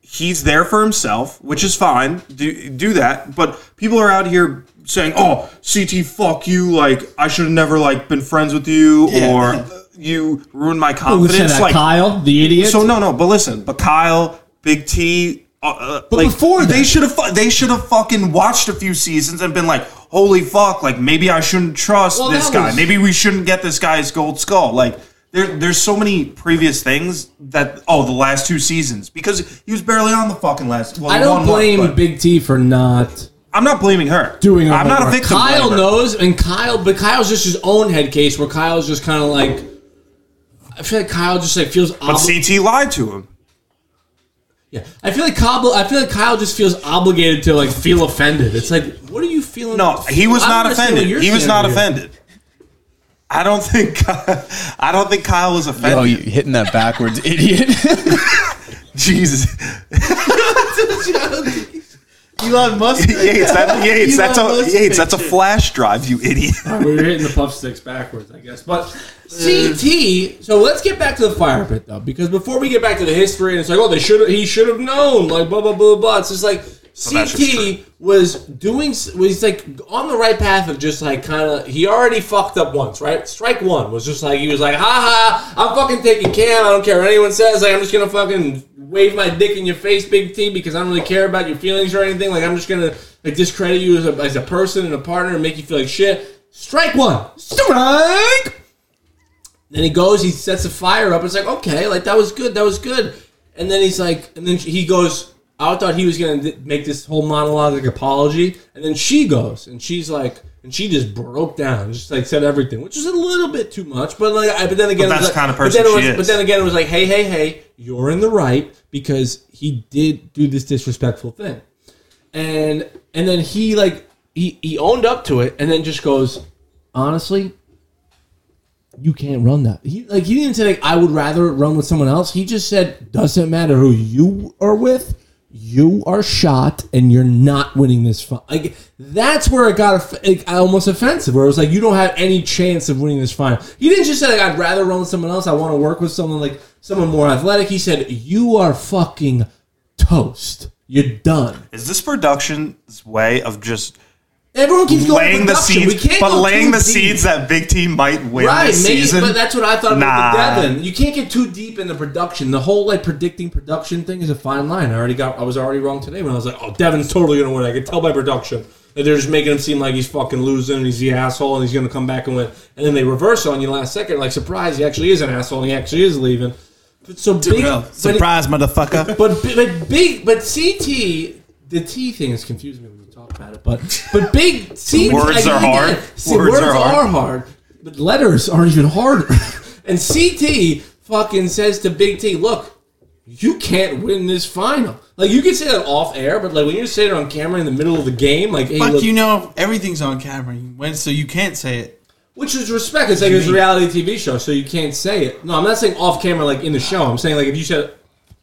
he's there for himself, which is fine. Do do that, but people are out here saying, "Oh, CT, fuck you! Like I should have never like been friends with you, Yeah. or uh, you ruined my Who said confidence." that? like Kyle, the idiot. so, no, no. But listen, but Kyle, Big T, uh, uh, like before they that- should have, fu- they should have fucking watched a few seasons and been like, "Holy fuck! Like maybe I shouldn't trust Well, this that guy. was- Maybe we shouldn't get this guy's gold skull." Like. There, there's so many previous things that oh the last two seasons because he was barely on the fucking last. Well, I one don't month, blame but- Big T for not I'm not blaming her. doing. her I'm not a homework. victim. Kyle blamer. knows, and Kyle, but Kyle's just his own head case where Kyle's just kind of like. I feel like Kyle just like feels. But obli- CT lied to him. yeah, I feel like Kyle. I feel like Kyle just feels obligated to like feel offended. It's like, what are you feeling? No, he was I don't not understand offended. what you're He was saying not here. offended. I don't think. I don't think Kyle was offended. Oh, you hitting that backwards, idiot. Jesus, Elon Musk. Yates, that, Yates, that's Elon a Musk Yates, that's a picture. flash drive, you idiot. we were hitting the puff sticks backwards, I guess. But CT. So let's get back to the fire pit though, because before we get back to the history, and it's like, oh, they should. He should have known. Like blah blah blah blah. It's just like that's just true. CT was doing. s- Was like on the right path of just like kind of. He already fucked up once, right? Strike one was just like he was like, ha ha, I'm fucking taking Cam. I don't care what anyone says. Like I'm just gonna fucking wave my dick in your face, Big T, because I don't really care about your feelings or anything. Like I'm just gonna like discredit you as a, as a person and a partner and make you feel like shit. Strike one. Strike. Then he goes, he sets a fire up. It's like, okay, like that was good, that was good. And then he's like, and then he goes, I thought he was gonna d- make this whole monologue like apology. And then she goes, and she's like, and she just broke down, just like said everything, which is a little bit too much. But like, I, but then again, But it was that's the like- kind of but person then it she was, is. But then again, it was like, hey, hey, hey, you're in the right because he did do this disrespectful thing and and then he like he he owned up to it and then just goes honestly you can't run that he like he didn't say like i would rather run with someone else he just said doesn't matter who you are with you are shot and you're not winning this fight like that's where it got off- like, almost offensive where it was like you don't have any chance of winning this final he didn't just say like i'd rather run with someone else i want to work with someone like someone more athletic he said you are fucking toast you're done Is this production's way of just Everyone keeps going laying the production. We seeds, can't but go laying too the deep. seeds that Big T might win Right, this maybe, season? but that's what I thought about Nah. the Devin. You can't get too deep in the production. The whole like predicting production thing is a fine line. I already got, I was already wrong today when I was like, oh, Devin's totally gonna win. I could tell by production that they're just making him seem like he's fucking losing and he's the asshole and he's gonna come back and win. And then they reverse on you last second, like surprise, he actually is an asshole and he actually is leaving. But so big, but it- Surprise, motherfucker. But but big but CT the T thing is confusing me when we talk about it. But but big CT Words are hard. again, see, words, are, hard. But letters are even harder. and CT fucking says to Big T, look, you can't win this final. Like you can say that off air, but like when you're sitting on camera in the middle of the game, like hey, Fuck look, you know everything's on camera. You went so you can't say it. Which is respect. It's like it's a reality TV show, so you can't say it. No, I'm not saying off camera, like in the show. I'm saying like if you said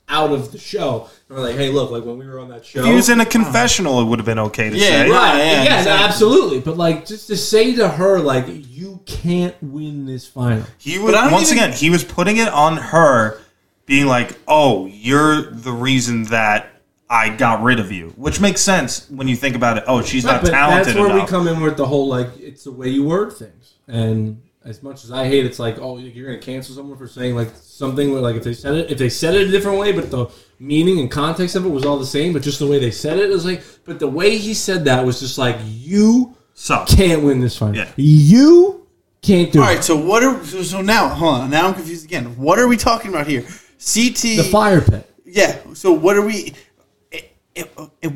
out of the show, and we're like, hey, look, like when we were on that show, If he was in a confessional, it would have been okay to Yeah, say. right. right? yeah, Yeah, exactly. absolutely. But like just to say to her, like you can't win this final. He was But I don't once even- again, he was putting it on her, being like, "Oh, you're the reason that I got rid of you," which makes sense when you think about it. Oh, she's not but talented that's where we enough. come in with the whole like it's the way you word things. And as much as I hate, it's like oh you're gonna cancel someone for saying like something where, like if they said it if they said it a different way, but the meaning and context of it was all the same, but just the way they said it was like. But the way he said that was just like you so can't win this final. Yeah. You can't do All it. right, so what are so, so now? Hold on, now I'm confused again. What are we talking about here? CT. The fire pit. Yeah. So what are we? It, it, it,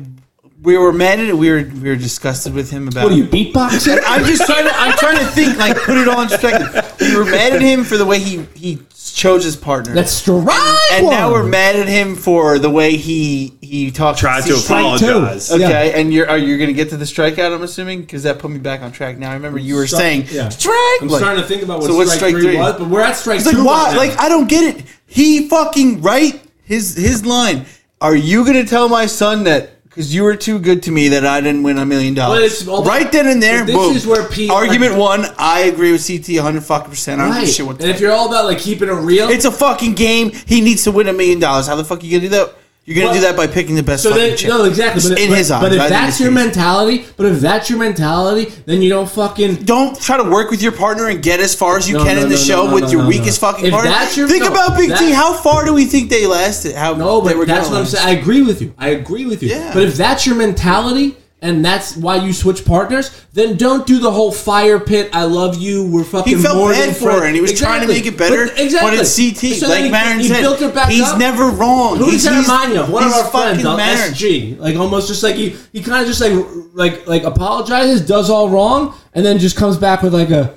we were mad at it. We were we were disgusted with him about. What are you beatboxing? I'm just trying to. I'm trying to think. Like put it all in perspective. We were mad at him for the way he he chose his partner. That's strike and now one. we're mad at him for the way he he talked. tried to CT. apologize. Yeah. Okay, and you're are you going to get to the strikeout? I'm assuming because that put me back on track. Now I remember you were Strike- saying yeah. strike. I'm like- starting to think about what So what's strike, strike three, three? was, but we're at strike It's like two. why? right now. Like I don't get it. He fucking right his his line. Are you gonna tell my son that because you were too good to me that I didn't win a million dollars? it's all- Right then and there. This boom. is where P- argument one. I agree with CT 100 fucking percent. I don't give a Right. shit what. and The if you're all about like keeping it real, it's a fucking game. He needs to win a million dollars. How the fuck you gonna do that? You're gonna But- do that by picking the best. So fucking then, chick. no, exactly. But, in but- his eyes, but if I think that's it's your his. mentality, but if that's your mentality, then you don't fucking. Don't try to work with your partner and get as far as you No, can no, in the no, show no, no, with no, your no, weakest no. fucking If partner. that's your- Think no, about Big T. that- How far do we think they lasted? How No, they but were that's gonna what I'm last? saying. I agree with you. I agree with you. Yeah. But if that's your mentality and that's why you switch partners, then don't do the whole fire pit. I love you. We're fucking. He felt more than bad for her, friends." and he was trying to Exactly. make it better. But, exactly. it's CT. So then like he- Marin he said, built her back he's up. never wrong. Who does he's, that he's- remind you of? One of he's our friends fucking on Marin. SG. Like almost just like he, he kind of just like like like apologizes, does all wrong, and then just comes back with like a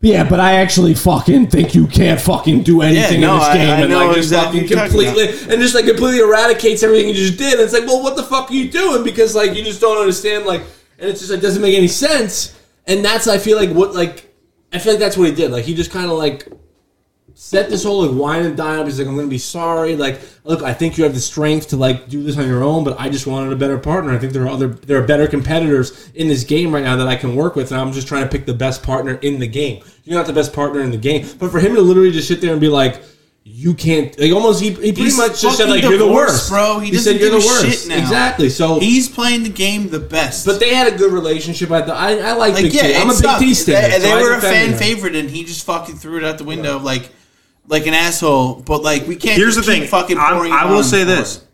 yeah, but I actually fucking think you can't fucking do anything no, in this I- game, I and know like just fucking exactly what you're talking completely and just like completely eradicates everything you just did. It's like, well, what the fuck are you doing? Because like you just don't understand. Like, and it's just like doesn't make any sense. And that's I feel like what like I feel like that's what he did. Like he just kind of like set this whole like wine and dine up. He's like, I'm gonna be sorry. Like, look, I think you have the strength to like do this on your own, but I just wanted a better partner. I think there are other there are better competitors in this game right now that I can work with, and I'm just trying to pick the best partner in the game. You're not the best partner in the game, but for him to literally just sit there and be like. You can't. Like almost, he, he pretty He's much just said fucking like you're the worst, divorced, bro. He doesn't give a shit now. Exactly. So He's playing the game the best. but they had a good relationship. I thought I, I like, like Big yeah, T. I'm a Big it sucked. T standard. They, they so I were a defend fan him. favorite, and he just fucking threw it out the window like, like an asshole. But like, we can't. Here's the keep thing. fucking I'm- pouring. I it will on say for this: it.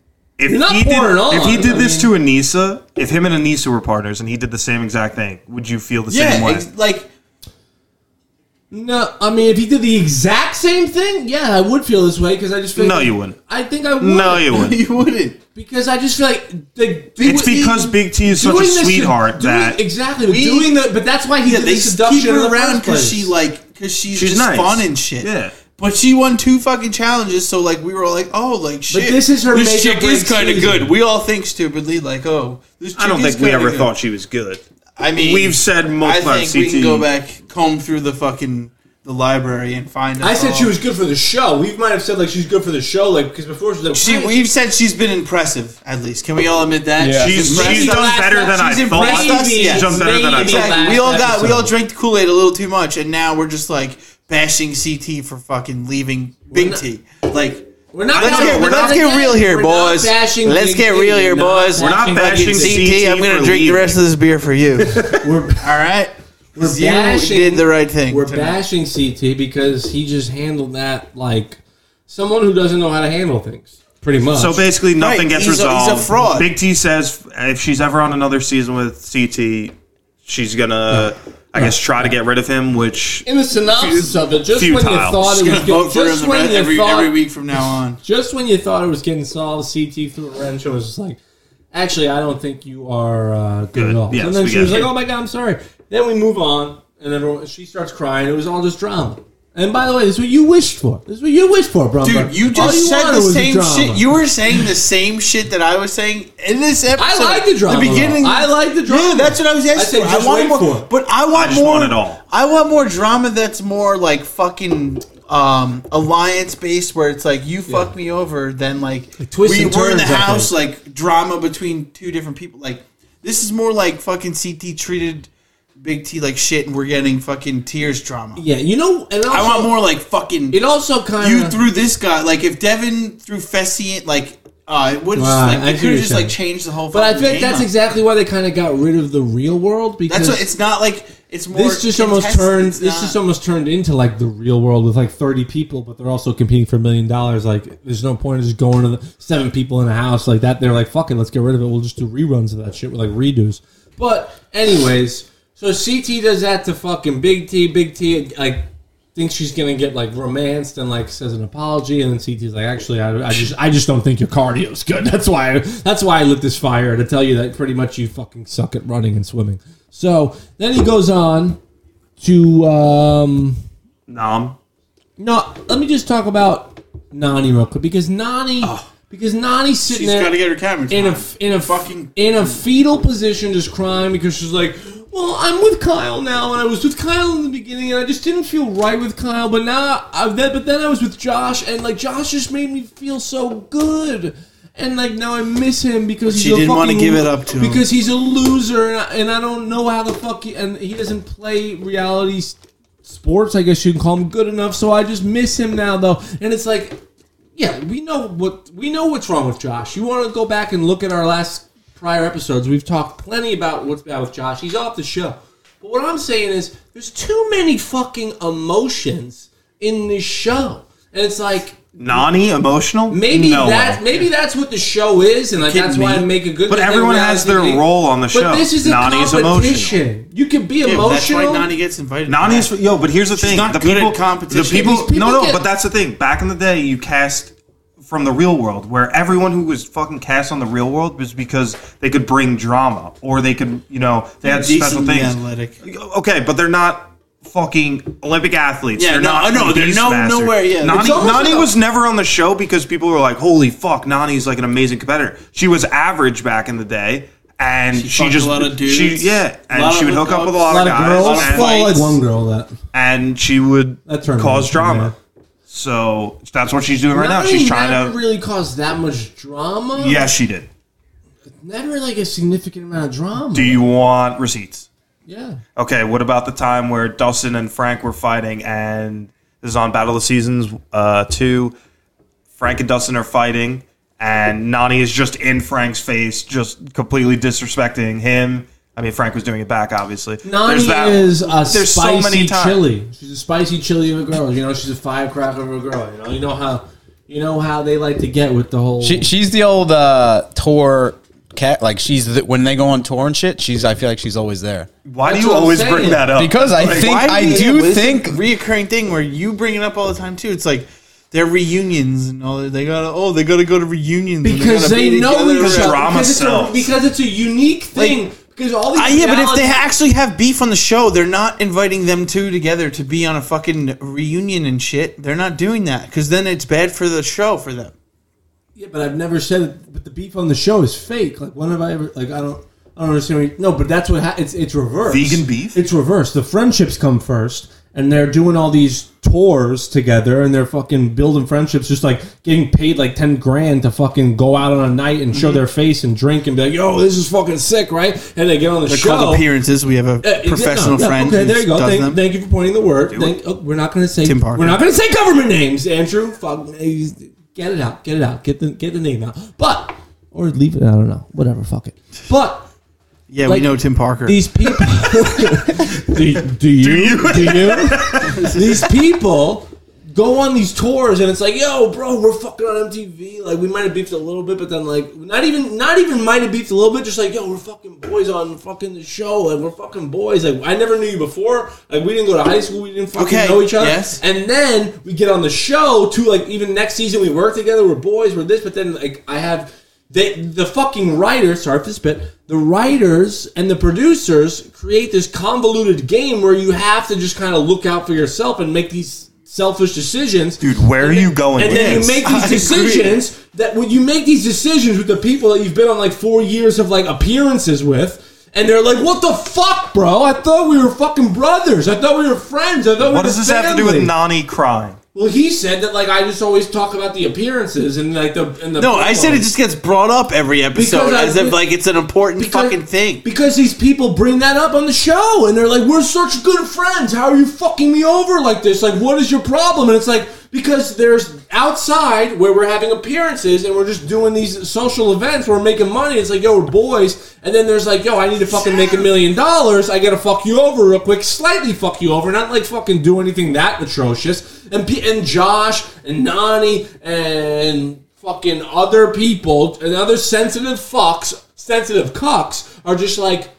if You're not he did, pouring on, if he did I this to Anissa, if him and Anissa were partners, and he did the same exact thing, would you feel the same Yeah, way? ex- like No, I mean, if he did the exact same thing, yeah, I would feel this way because I just feel. No, you wouldn't. I think I would. No, you wouldn't. you wouldn't. because I just feel like the, It's because Big T is such a sweetheart that exactly but We- doing the but that's why he Yeah, did they the seduction keep her around because because she like because she's, She's just nice. fun and shit. Yeah. But she won two fucking challenges, so like we were all like, oh, like shit. this is her This make or chick break is kind of season. good. We all think stupidly like, oh, this. Chick I don't think is we kinda ever good. thought she was good. I mean, We've said I multiple E. think times. we can CT. go back, comb through the fucking the library and find. I us said all. she was good for the show. We might have said like she's good for the show, like because before she was like, She, "Hey, we've said she's been impressive, at least. Can we all admit that? Yeah. She's, impressive. she's done better than I She's in thought. Braves. maybe- She's done better than I maybe thought. last Exactly. We all got we all episode." drank the Kool Aid a little too much, and now we're just like bashing CT for fucking leaving Big not- T. Like We're not. Let's gonna- get, we're let's not get again, real here, we're not boys. bashing Let's Big get T, real here, not boys. We're not bashing CT. CT I'm gonna for drink the leaving. rest of this beer for you. We're all right. We're you bashing- did the right thing. We're tonight. bashing CT because he just handled that like someone who doesn't know how to handle things, pretty much. So basically, nothing Right, gets he's a- he's a resolved. fraud. Big T says if she's ever on another season with CT, she's gonna, I guess, try to get rid of him. Which in the synopsis of it, just when you futile. thought it was Gonna vote good, for him just the when rest- you every, thought every week from now on. just when you thought it was getting solved, CT threw a wrench and was just like, "Actually, I don't think you are uh, good, Good. at all." Yes, and then we she was got like, it. "Oh my god, I'm sorry." Then we move on, and everyone she starts crying. It was all just drama. And by the way, this is what you wished for. This is what you wished for, bro. Dude, you all just said wanted the was a same drama. shit. You were saying the same shit that I was saying in this episode. I like the drama. The beginning. though. I like the drama. Yeah, that's what I was I said, asking. for. I, just want wait more, for it. but I want I just more. want it all. I want more drama that's more like fucking um, alliance based, where it's like you fuck me over, then like, twists we and were in the turns, I house, like drama between two different people. Like this is more like fucking CT treated Big T like shit, and we're getting fucking tears drama. Yeah, you know, and also, I want more like fucking It also kind you of threw this guy like if Devin threw Fessy in, like uh it would Right, just I like see it could what have you're just like saying. changed the whole but I fucking think game that's up. exactly why they kind of got rid of the real world because that's what it's not like it's more this just almost contested, turned it's this not- just almost turned into like the real world with like 30 people but they're also competing for a million dollars like there's no point in just going to the seven people in a house like that they're like fuck it let's get rid of it we'll just do reruns of that shit with like redos but anyways so CT does that to fucking Big T Big T like thinks she's gonna get like romanced and like says an apology and then CT's like actually I, I just I just don't think your cardio's good that's why that's why I lit this fire to tell you that pretty much you fucking suck at running and swimming so then he goes on to um nom. no let me just talk about Nani real quick because Nani because Nani's sitting she's there got to get her camera in a time. in a Fucking- in a fetal position just crying because she's like well i'm with kyle now and i was with kyle in the beginning and i just didn't feel right with kyle but now i then but then i was with josh and like josh just made me feel so good and like now i miss him because she he's didn't want wanna give it up to him. because he's a loser and I, and I don't know how the fuck he, and he doesn't play reality s- sports i guess you can call him good enough so i just miss him now though and it's like Yeah, we know what we know what's wrong with Josh. You want to go back and look at our last prior episodes. We've talked plenty about what's bad with Josh. He's off the show. But what I'm saying is there's too many fucking emotions in this show. And it's like Nani emotional? maybe no that way. maybe that's what the show is and like kidding that's why me? I make a good But thing everyone has their reality. role on the show. But this is a Nani's competition. emotional. You can be Yeah, well, that's emotional. why Nani gets invited. Nani's yo, but here's the thing: not the good at people, competition. the people, These people no, no. get- But that's the thing. Back in the day, you cast from the real world, where everyone who was fucking cast on the real world was because they could bring drama, or they could, you know, they had special decently things. athletic. Okay, but they're not fucking Olympic athletes. Yeah, they're no, not no, they're beast no- masters. nowhere, yeah. Nani, It's almost Nani like a- was never on the show because people were like, "Holy fuck, Nani's like an amazing competitor." She was average back in the day. And she, fucked just a lot of dudes. she yeah, Lot and of she would hook up with a a lot lot, hookups. of guys. girls. lot of and- fights. Well, like one girl that and she would That turned cause out, drama. yeah. So that's what she's doing right now. Nani She's trying never to. really caused that much drama. Yes, she did. never like a significant amount of drama. Do you want receipts? yeah, Okay, what about the time where Dustin and Frank were fighting and this is on Battle of the Seasons uh, 2. Frank and Dustin are fighting and Nani is just in Frank's face, just completely disrespecting him. I mean, Frank was doing it back, obviously. Nani There's that- is a there's so spicy many times. chili. She's a spicy chili of a girl. You know, she's a firecracker of a girl. You know, you know how, you know how they like to get with the whole. She, she's the old uh, tour cat. Like she's the, when they go on tour and shit. She's I feel like she's always there Why do That's you what I'm always saying. bring that up? because I Like, think Why I yeah, do but it's a think reoccurring thing where you bring it up all the time too. It's like their reunions and all. that. They gotta oh they gotta go to reunions and because gotta they be know together. each other. Drama because, it's a, sells. because it's a unique thing. because all these Uh, yeah, but if talent- they actually have beef on the show, they're not inviting them two together to be on a fucking reunion and shit. They're not doing that because then it's bad for the show for them. Yeah, but I've never said it. But the beef on the show is fake. Like, when have I ever? Like, I don't, I don't understand. What you, no, but that's what ha- it's. It's reversed. Vegan beef? It's reversed. The friendships come first, and they're doing all these tours together, and they're fucking building friendships, just like getting paid like ten grand to fucking go out on a night and show their face and drink and be like, "Yo, this is fucking sick, right?" And they get on the They're show. called appearances. We have a Yeah, exa- professional no, yeah, friend. Okay, who there you go. does Thank, them. thank you for pointing the word. Thank, oh, we're not going to say Tim Parker. We're not going to say government names, Andrew. Fuck, eh, get it out. Get it out. Get the get the name out. But or leave it. I don't know. Whatever. Fuck it. But yeah, like, we know Tim Parker. these people. do, do you? Do you? these people go on these tours and it's like, yo, bro, we're fucking on MTV. Like we might have beefed a little bit, but then like not even not even might have beefed a little bit. Just like, yo, we're fucking boys on fucking the show, and we're fucking boys. Like I never knew you before. Like we didn't go to high school. We didn't fucking Okay, know each other. yes. And then we get on the show to like even next season we work together. We're boys. We're this, but then like I have. They, the fucking writers, sorry for the spit, the writers and the producers create this convoluted game where you have to just kind of look out for yourself and make these selfish decisions. Dude, where are you going And with then this? you make these decisions that when you make these decisions with the people that you've been on like four years of like appearances with. And they're like, "What the fuck, bro? I thought we were fucking brothers. I thought we were friends. I thought we what were does this have to do with family." Nani crying? Well, he said that like I just always talk about the appearances and like the and the. no, I said it just gets brought up every episode Because I- as if like it's an important fucking thing. Because these people bring that up on the show and they're like, "We're such good friends. How are you fucking me over like this? Like, what is your problem?" And it's like because there's outside where we're having appearances and we're just doing these social events where we're making money. It's like, yo, we're boys. And then there's like, yo, I need to fucking make a million dollars. I gotta fuck you over real quick, slightly fuck you over, not like fucking do anything that atrocious. And P- and Josh and Nani and fucking other people and other sensitive fucks, sensitive cucks are just like,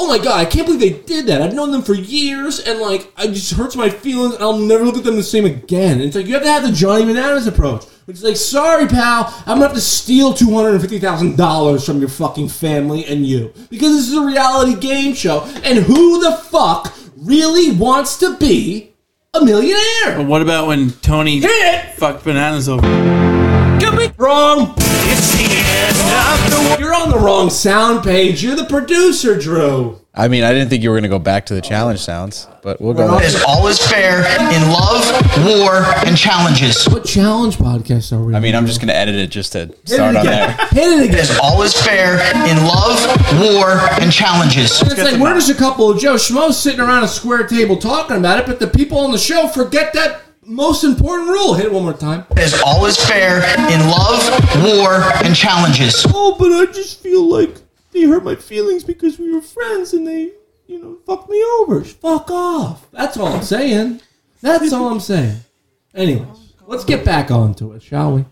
oh my god, I can't believe they did that. I've known them for years, and like, I just hurts my feelings. I'll never look at them the same again. And it's like you have to have the Johnny Bananas approach, which is like, sorry, pal, I'm gonna have to steal two hundred and fifty thousand dollars from your fucking family and you because this is a reality game show, and who the fuck really wants to be a millionaire? What about when Tony Hit it! fucked bananas over? Wrong. You're on the wrong sound page. You're the producer, Drew. I mean I didn't think you were gonna go back to the challenge sounds, but we'll go. Is all is fair in love, war, and challenges. What challenge podcast are we? I mean I'm just gonna edit it just to start on there. Hit it again. Is all is fair in love, war, and challenges. And it's like we're just a couple of Joe Schmoes sitting around a square table talking about it, but the people on the show forget that most important rule. Hit it one more time. As all is fair in love, war, and challenges. Oh, but I just feel like they hurt my feelings because we were friends and they, you know, fucked me over. Fuck off. That's all I'm saying. That's all I'm saying. Anyways, let's get back onto it, shall we?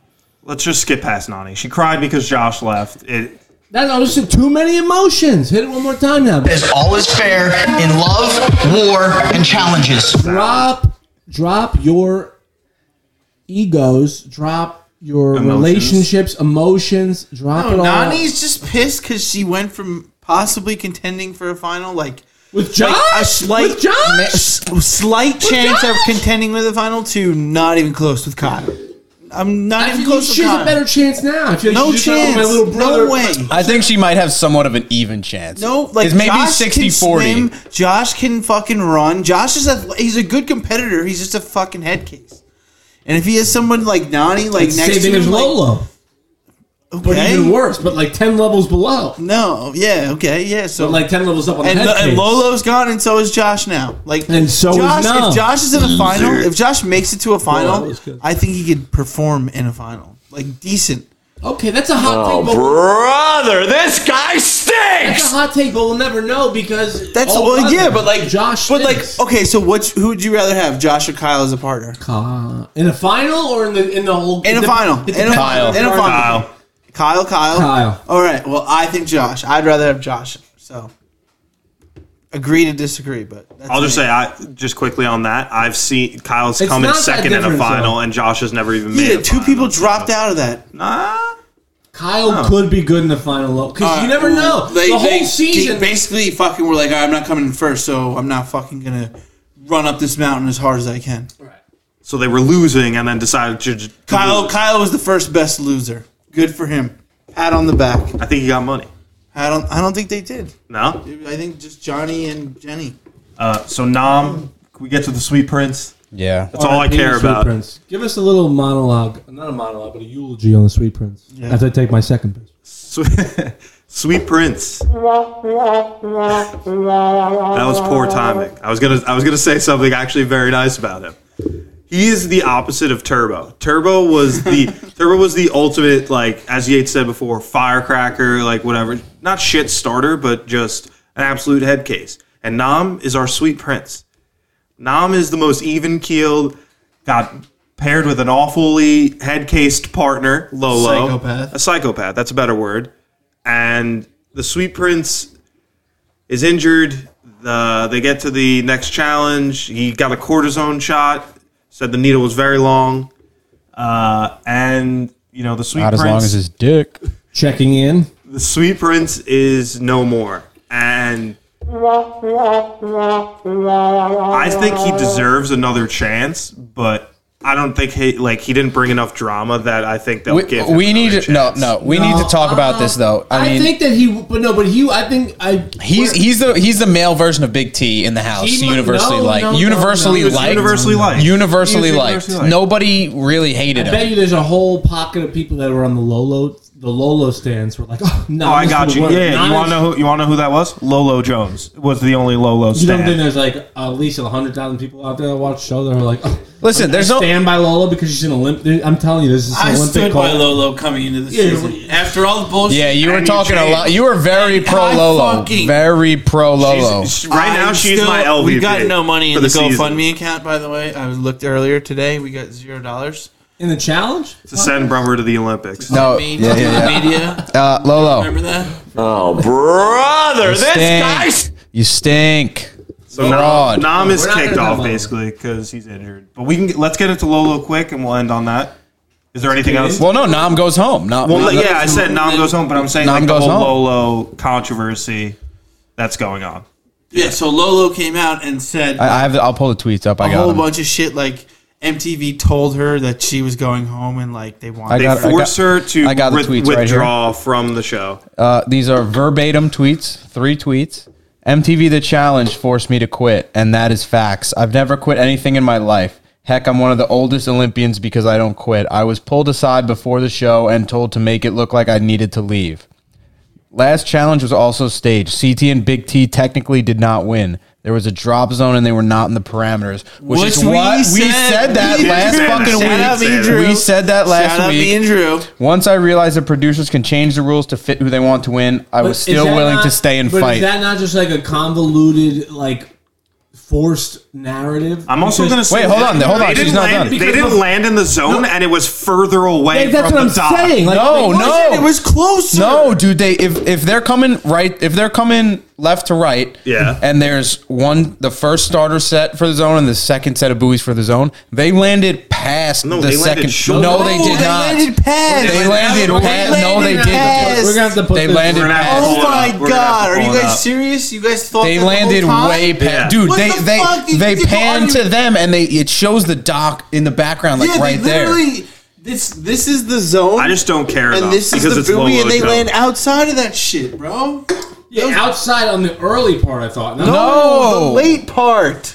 Let's just skip past Nani. She cried because Josh left. It, That I was just too many emotions. Hit it one more time now. As all is fair in love, war, and challenges. Drop, drop your egos. Drop your Emotions. relationships, emotions. Drop it No, all Nani's just pissed because she went from possibly contending for a final, like with like Josh. a slight, with Josh. ma- s- slight chance Josh! of contending with the final, to not even close with Kyle. I'm not I even feel close like with she has Kyle. a better chance now. I feel like no she's just not chance. My little brother. No way. I think she might have somewhat of an even chance. No, like it's maybe Josh 60 can 40. swim. Josh can fucking run. Josh is a he's a good competitor. He's just a fucking head case. And if he has someone like Nani, like next Saving to his him, like, Lolo. But okay, even worse, but like 10 levels below. no, yeah, okay, yeah. So But like 10 levels up on and, the head. Lo- and case. Lolo's gone, and so is Josh now. Like, And so is Josh, Nam. If Josh is in the final, if Josh makes it to a final, Lolo's good. I think he could perform in a final, like decent. Okay, that's a hot Oh, take, but Brother, this guy that's a stinks! hot take, but we'll never know because That's all well, brother, yeah, but like Josh, but like thinks. okay. So what's who would you rather have, Josh or Kyle as a partner Ka- in a final or in the in the whole in a it de- final? it In a, depends Kyle. on the in a card. final. Kyle. Kyle, Kyle, Kyle. All right. Well, I think Josh. I'd rather have Josh. So agree to disagree, but that's I'll just me. say, I just quickly on that, I've seen Kyle's It's come in not that second in a different, final, though. and Josh has never even made yeah, a two final. people dropped out of that. Nah. Kyle could be good in the final because you never know. Uh, They- the whole they- season, they basically, fucking, were like, "All right, I'm not coming in first, so I'm not fucking gonna run up this mountain as hard as I can. So they were losing and then decided to. j- to Kyle, lose. Kyle was the first best loser. Good for him. Pat on the back. I think he got money. I don't. I don't think they did. No? I think just Johnny and Jenny. Uh, so, Nam, can we get to the Sweet Prince? Yeah. That's all I care Sweet about. Prince. Give us a little monologue, not a monologue, but a eulogy on the Sweet Prince. As I take my second piece. Sweet, Sweet Prince. That was poor timing. I was gonna I was gonna say something actually very nice about him. He is the opposite of Turbo. Turbo was the Turbo was the ultimate like as Yates said before firecracker like whatever not shit starter but just an absolute head case. And Nam is our Sweet Prince. Nam is the most even keeled. Got paired with an awfully head cased partner, Lolo. Psychopath. A psychopath. That's a better word. And the Sweet Prince is injured. The, they get to the next challenge. He got a cortisone shot. Said the needle was very long. Uh, and you know the Sweet Not as Prince. long as his dick. Checking in. the Sweet Prince is no more. And I think he deserves another chance, but I don't think he like he didn't bring enough drama that I think they'll We, give. we need to, to no, no. We need to talk about this though. I, mean, Uh, think that he, but no, but he. I think I. he's he's the he's the male version of Big T in the house. He mu- universally no, like no, no, universally no. He was liked. universally liked. Universally He was liked. universally liked. Nobody really hated I him. bet you there's a whole pocket of people that were on the Lolo, the Lolo stands. Were like, oh no, Oh, I this got is you. the worst. Yeah, Not you want to as- know who you want to know who that was? Lolo Jones was the only Lolo You don't stand. think there's like at least hundred thousand people out there that watch the show that are like, oh, Listen, there's no stand by Lolo because she's an Olympic. I'm telling you, this is an I Olympic stood by call. Lolo coming into the Yeah, season. After all the bullshit. Yeah, you I were knew talking a Jay. lot. You were very And pro I Lolo. fucking- Very pro Lolo. She's- she- right now, I'm she's still- my LVP. We got no money for in the, season. GoFundMe account, by the way. I looked earlier today. We got zero dollars. In the challenge, to send Brummer to the Olympics. no, Made Oh, yeah, to yeah, the yeah. media. Uh, Lolo, Remember that? Oh, brother, you this guy stink. You stink. So Fraud. Nam is We're not kicked gonna off talk about basically because he's injured. But we can get, let's get into Lolo quick, and we'll end on that. Is there anything else? Well, no, Nam goes home. Nam, Well, Nam- yeah, I said Nam goes home, but I'm saying Nam like the goes whole home. Lolo controversy that's going on. Yeah, so Lolo came out and said I, I have. I'll pull the tweets up. I a got whole 'em. bunch of shit like MTV told her that she was going home and like they wanted I They got- I force got- her to I got the with- tweets right withdraw from the show. Uh, these are verbatim tweets. Three tweets. MTV The Challenge forced me to quit, and that is facts. I've never quit anything in my life. Heck, I'm one of the oldest Olympians because I don't quit. I was pulled aside before the show and told to make it look like I needed to leave. Last challenge was also staged. CT and Big T technically did not win. There was a drop zone and they were not in the parameters, which, Which is we what we said- said that we last did. fucking Shout out me and week. Drew. we said that last Shout out week. me and Drew. Once I realized that producers can change the rules to fit who they want to win, I But was is still that willing not- to stay and but fight. Is that not just like a convoluted, like forced narrative? I'm also going to Because- say. Wait, hold on, that hold on, They she's didn't, not land, done. They didn't land in the zone, and it was further away Like, that's from what I'm the dock. saying. Like, No, like, no. listen, It was closer. No, dude. They if if they're coming right, if they're coming left to right, Yeah. And there's one the first starter set for the zone and the second set of buoys for the zone. They landed past No, the they landed second. short. No, they No, did they not. landed past. They landed They past. No, they landed didn't. past. We're gonna have to put They this- landed We're gonna have to past. Oh Hold my up, we're gonna god, have to are you pull it guys up. serious? You guys thought They that the whole landed time? way Yeah. past, dude. What They the they fuck? You they think pan all to you- them and they it shows the dock in the background, like Yeah, right they there. literally. This this is the zone. I just don't care, though, And this because is it's the buoy, and they Lolo land Joe. outside of that shit, bro. yeah, outside on the early part, I thought. No, Oh, No. the late part.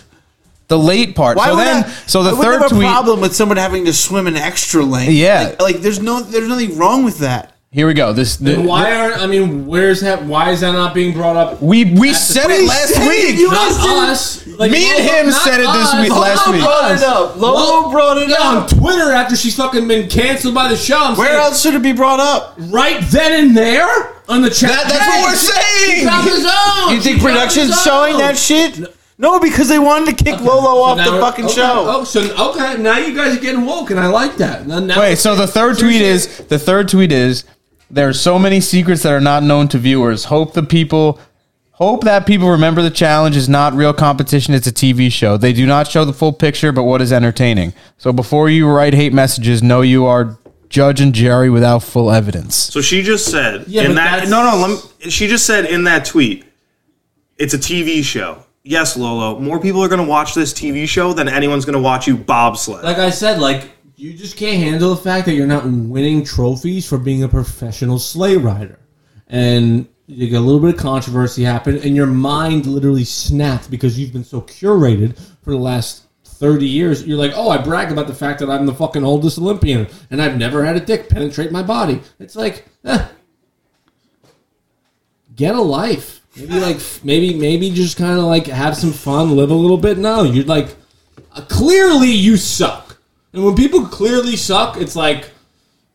The late part. Why so would then, I- so the I would third have a tweet. problem with someone having to swim an extra lane. Yeah. like, like, there's no, there's nothing wrong with that. Here we go. This the, why aren't? I mean, where's that? Why is that not being brought up? we we That's- said We it last said it, week. you Not Listen, us. Like, me and Lolo- him not said it this us. week- last Lolo week. brought it up. Lolo brought it yeah, up. on Twitter after she's fucking been canceled by the show. I'm Where saying, else should it be brought up? Right then and there on the chat. That- that's what we're saying. You think production's showing that shit? No, because they wanted to kick Lolo off the fucking show. Oh, so okay, now you guys are getting woke, and I like that. Now, now- Wait, so the third tweet is the third tweet is there are so many secrets that are not known to viewers. Hope the people hope that people remember the challenge is not real competition, it's a TV show. They do not show the full picture, but what is entertaining. So before you write hate messages, know you are judge and jury without full evidence. So she just said Yeah, in but that that's- no no let me, she just said in that tweet, it's a TV show. Yes, Lolo, more people are going to watch this TV show than anyone's going to watch you bobsled. like I said, like you just can't handle the fact that you're not winning trophies for being a professional sleigh rider, and you get a little bit of controversy happen, and your mind literally snapped because you've been so curated for the last. 30 years, you're like, oh, I brag about the fact that I'm the fucking oldest Olympian and I've never had a dick penetrate my body. It's like, eh, get a life. Maybe, like, maybe, maybe just kind of like have some fun, live a little bit. No, you're like, clearly you suck. And when people clearly suck, it's like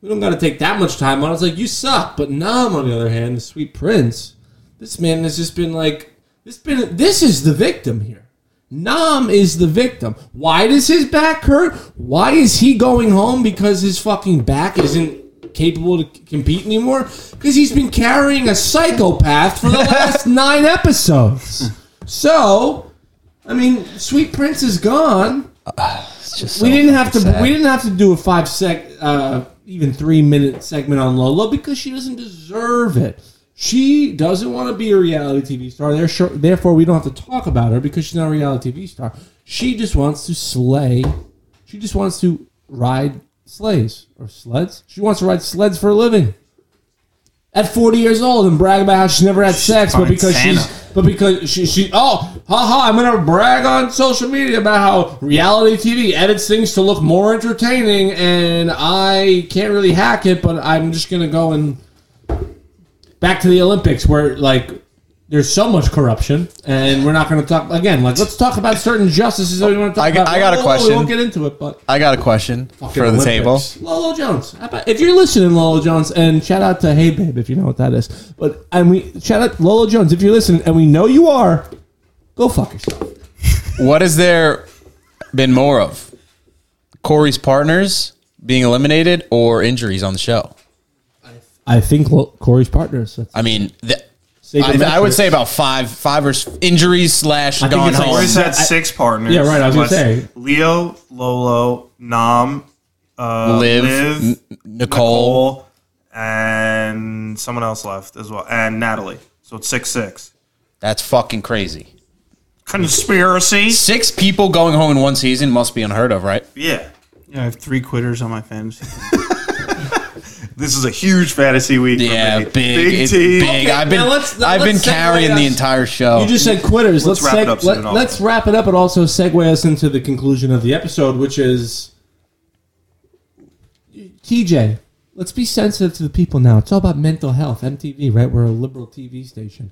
we don't got to take that much time on. it. It's like you suck. But Nam, on the other hand, the Sweet Prince, this man has just been like this. Been this is the victim here. Nam is the victim. Why does his back hurt? Why is he going home because his fucking back isn't capable to c- compete anymore? Because he's been carrying a psychopath for the last nine episodes. So, I mean, Sweet Prince is gone It's just we so didn't have to. fucking sad. We didn't have to do a five sec, uh, even three minute segment on Lola because she doesn't deserve it. She doesn't want to be a reality TV star. Therefore, therefore, we don't have to talk about her because she's not a reality TV star. She just wants to slay. She just wants to ride sleighs or sleds. She wants to ride sleds for a living. At 40 years old and brag about how she's never had sex, but fucking because Santa. she's but because she, she oh, haha, I'm gonna brag on social media about how reality TV edits things to look more entertaining, and I can't really hack it, but I'm just gonna go and back to the Olympics where like there's so much corruption, and we're not gonna talk again. Like let's talk about certain justices that we want to talk I got- about. I got a Whoa, question. We won't get into it, but I got a question for the Olympics. table. Lolo Jones. How about- If you're listening, Lolo Jones, and shout out to Hey Babe if you know what that is. But and we shout out Lolo Jones if you're listening, and we know you are. Go fuck yourself. What has there been more of? Corey's partners being eliminated or injuries on the show? I think Lo- Corey's partners. That's I mean, th- Sabermetrics. I, I would say about five, five or s- injuries slash think gone it's like home. Boris had I- six partners. Yeah, right, I was gonna say. Leo, Lolo, Nam, uh, Liv, Liv, N- Nicole. Nicole, and someone else left as well, and Natalie. So it's six six. That's fucking crazy. Conspiracy. Six people going home in one season must be unheard of, right? Yeah, Yeah, I have three quitters on my fantasy. this is a huge fantasy week. for Yeah, me. big, it's team. big. I've been, now let's- I've been let's segue carrying the us. entire show. You just said quitters. Let's Let's wrap it seg- up soon let, and all. us wrap it up and also segue us into the conclusion of the episode, which is TJ. Let's be sensitive to the people now. It's all about mental health. MTV, right? We're a liberal TV station.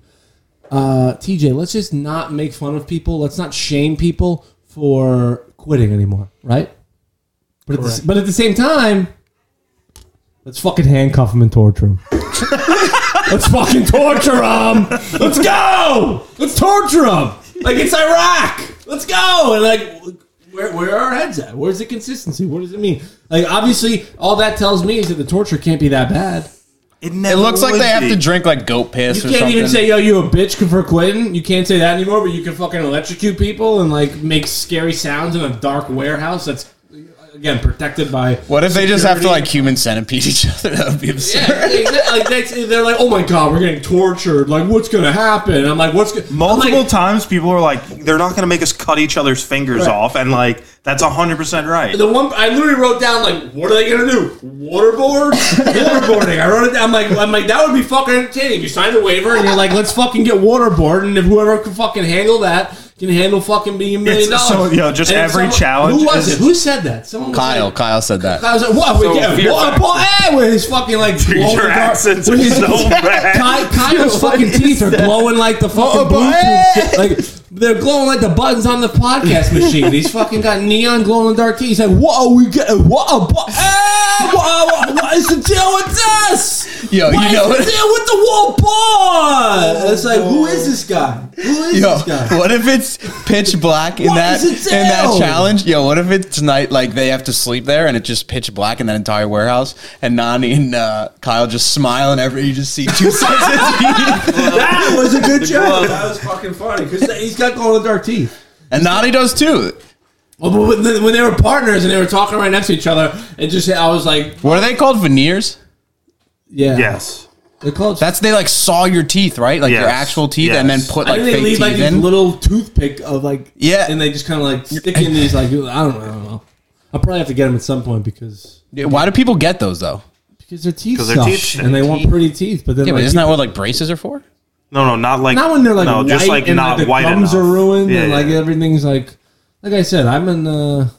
uh, TJ, let's just not make fun of people. Let's not shame people for quitting anymore, right? But at, the, but at the same time, let's fucking handcuff them and torture them. let's fucking torture them. Let's go. Let's torture them. Like it's Iraq. Let's go. And like, where, where are our heads at? Where's the consistency? What does it mean? Like, obviously, all that tells me is that the torture can't be that bad. It looks like they have to drink like goat piss You or can't something. even say, yo, you a bitch for quitting. You can't say that anymore, but you can fucking electrocute people and like make scary sounds in a dark warehouse that's again protected by what if they just have to security. like human centipede each other? That would be absurd. yeah, exa- like that's, they're like, oh my god, we're getting tortured. Like, what's gonna happen? And I'm like, what's go-? Multiple I'm like, times, people are like, "They're not going to make us cut each other's fingers Right. off," and like, that's hundred percent right. The one I literally wrote down like, what are they gonna do? Waterboard, waterboarding. I wrote it down. I'm like, I'm like, that would be fucking entertaining. You sign the waiver and you're like, let's fucking get waterboard, and if whoever can fucking handle that can handle fucking being a million It's- dollars. so, you know, just And every someone- challenge Who was is- it? Who said that? Someone was Kyle, like- Kyle said that. I was like, what? So, yeah, fear what? factor. Paul, hey, with his fucking like glowing Your dark- accents with are his- so bad. Ky- Kyle's fucking teeth are glowing like the fucking Oh, boy. Bluetooth shit. Like they're glowing like the buttons on the podcast machine. He's fucking got neon glowing dark teeth. He's like, what are we getting? What? A bo- hey, what, what, what is the deal with this? Yo, what you know is what- the deal with the wall bar? It's like, who is this guy? Who is Yo, this guy? what if it's pitch black in What that in is it that down? challenge? Yo, what if it's night like they have to sleep there and it's just pitch black in that entire warehouse and Nani and uh, Kyle just smile and every you just see two sets of teeth. That was a good joke. That was fucking funny because he's got glowing dark teeth. And Nani does too. Well, Oh, but when they, when they were partners and they were talking right next to each other, and just I was like, What are they called? Veneers? yeah, Yes, They're called. That's they like saw your teeth, right? Like your Yes, actual teeth, and then yes. put I like think they fake leave teeth like these in. little toothpick of like Yeah. and they just kind of like stick in these like I don't know. I don't know. I'll probably have to get them at some point because Yeah, Why do people get those though? because their teeth 'Cause their suck teeth and they suck. want pretty teeth, but then Yeah, but like, isn't that what like braces are for? no, no, not like not when they're like no, white just like and not like, the white gums enough. are ruined Yeah, and yeah, like yeah. everything's like like I said, I'm in. Uh,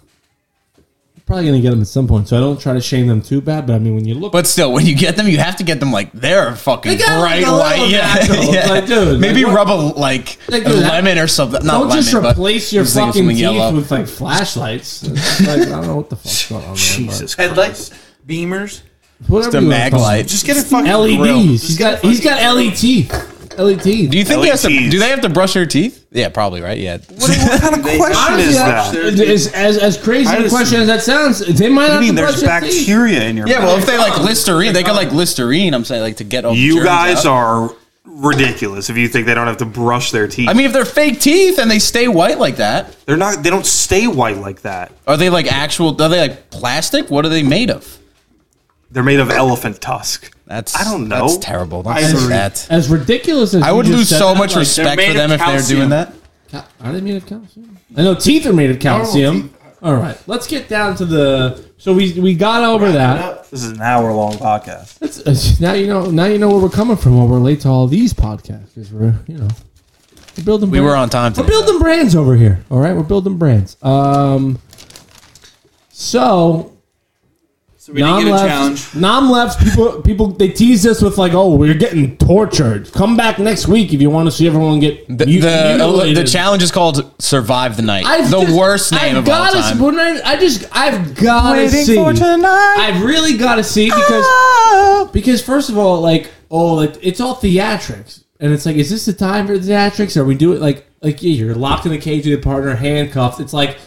Probably gonna get them at some point, so I don't try to shame them too bad. But I mean, when you look, But still, when you get them, you have to get them like they're fucking They got, like, bright a little white. Yeah, natural. yeah. Like, dude, maybe like, what- rub a like, Like, a dude, that- lemon or something. Not don't lemon, just but replace your just think of fucking something teeth yellow. with like flashlights. It's like, I don't know what the fuck's going on. there, Jesus Headlights, beamers. but Whatever the you wanna mag call it. light. Just get a fucking LEDs. grill. He's got he's got E LED teeth. LED teeth. Do you think he has to? E LEDs. Do they have to brush their teeth? Yeah, probably right. Yeah, What, what kind of question Honestly, is I- that? that? as, as as crazy I a just- question as that sounds, they might I not have mean, to there's brush their teeth. bacteria in your yeah. mouth. Well, if they like listerine, they could like listerine. I'm saying like to get all. the you germs guys out. are ridiculous if you think they don't have to brush their teeth. I mean, if they're fake teeth and they stay white like that, they're not. They don't stay white like that. are they like actual? Are they like plastic? What are they made of? They're made of elephant tusk. That's I don't know. That's terrible. Don't Ivory. say that. As ridiculous as I you would just lose said so that, much like, respect made for of them if they're doing calcium. that. ca- Are they made of calcium? I know teeth are made of calcium. All right, let's get down to the. So we we got over that. This is an hour long podcast. That's, uh, now you know. Now you know where we're coming from. When we're late to all these podcasts, because we're you know we're building. We were on time. We're Today, building brands over here. All right, we're building brands. Um. So So we didn't get a challenge. Nom left. People, people, they teased us with like, "Oh, we're getting tortured. Come back next week if you want to see everyone get The, uh, mu- the, mutilated." the challenge is called "Survive the Night." I've the just- worst I've name of all gotta time. s- when I, I just, I've got to see. I've really got to see because, Ah. because first of all, like, oh, it, it's all theatrics, and it's like, is this the time for theatrics? Are we doing like, like yeah, you're locked in a cage with your partner, handcuffed. It's like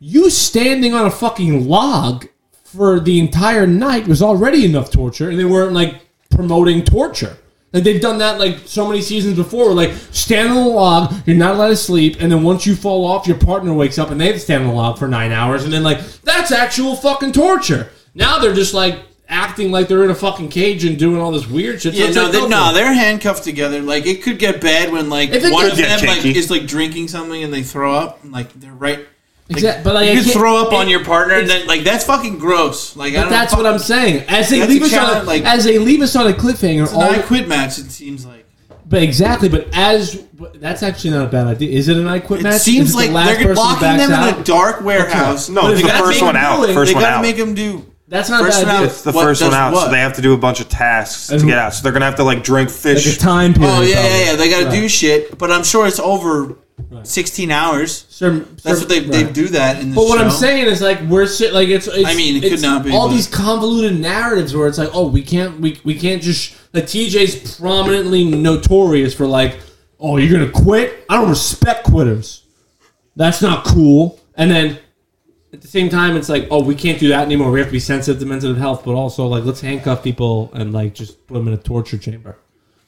you standing on a fucking log for the entire night was already enough torture, and they weren't like promoting torture. Like they've done that like so many seasons before. Like stand on a log, you're not allowed to sleep, and then once you fall off, your partner wakes up and they have to stand on a log for nine hours, and then like that's actual fucking torture. Now they're just like acting like they're in a fucking cage and doing all this weird shit. So Yeah, it's no, like, they, go no, for it. they're handcuffed together. Like it could get bad when like If it one could of get them like kinky. is like drinking something and they throw up. And, like they're right. Like, Exact- but, like, I you could can't- throw up on it- your partner and it's- then like that's fucking gross. Like I But don't that's fuck- what I'm saying. As they That's leave a us on, a, challenge, like- as they leave us on a cliffhanger, It's an I all quit match. It seems like but exactly. But as but that's actually not a bad idea. Is it an I quit it match? Is seems it like last they're person locking backs them out? in a dark warehouse. No, But it's the they gotta first make one them do out. it. First they one gotta out. make them do. That's not First a bad round- idea. It's the What first one does out, so what? they have to do a bunch of tasks to And- get out. So they're gonna have to like drink Like fish. a time period. Oh yeah, probably. yeah, yeah. They got to do shit, but I'm sure it's over 16 hours. Certain- That's what certain- they, they right. do that in this But what I'm show. saying is like we're si- like it's, it's I mean, it could it's not be, all but- these convoluted narratives where it's like oh we can't we, we can't just like TJ's prominently notorious for like oh you're gonna quit I don't respect quitters that's not cool and then at the same time it's like oh we can't do that anymore we have to be sensitive to mental health but also like let's handcuff people and like just put them in a torture chamber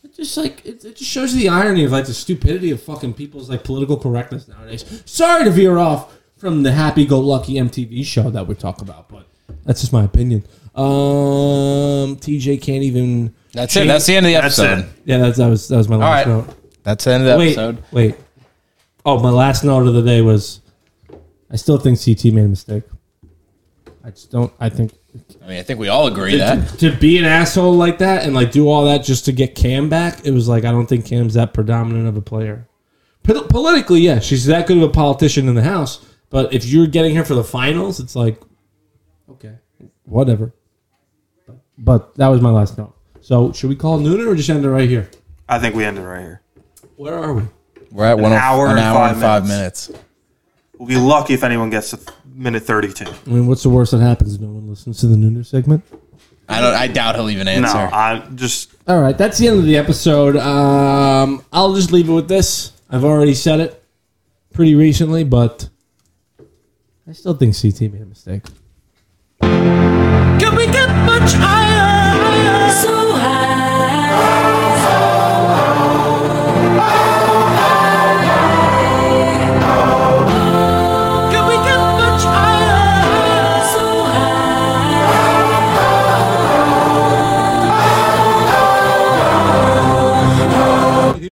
it just like it, it just shows you the irony of like the stupidity of fucking people's like political correctness nowadays. Sorry to veer off from the happy-go-lucky MTV show that we talk about, but that's just my opinion. Um, TJ can't even. That's it. That's the end of the That's episode. it. Yeah, that's that was that was my last right. note. That's the end of the Wait, episode. wait. Oh, my last note of the day was, I still think CT made a mistake. I just don't. I think I mean, I think we all agree that. to be an asshole like that and like do all that just to get Cam back, it was like I don't think Cam's that predominant of a player. Pol- politically, yeah, she's that good of a politician in the house. But if you're getting her for the finals, it's like, okay, whatever. But that was my last note. So should we call Noonan or just end it right here? I think we ended right here. Where are we? We're at one of- hour an and hour five and five minutes. minutes. We'll be lucky if anyone gets to th- minute thirty-two. I mean, what's the worst that happens? No one listens to the Nooner segment. I don't. I doubt he'll even No, answer. I just All right, that's the end of the episode. Um, I'll just leave it with this. I've already said it pretty recently, but I still think CT made a mistake. Can we get much higher?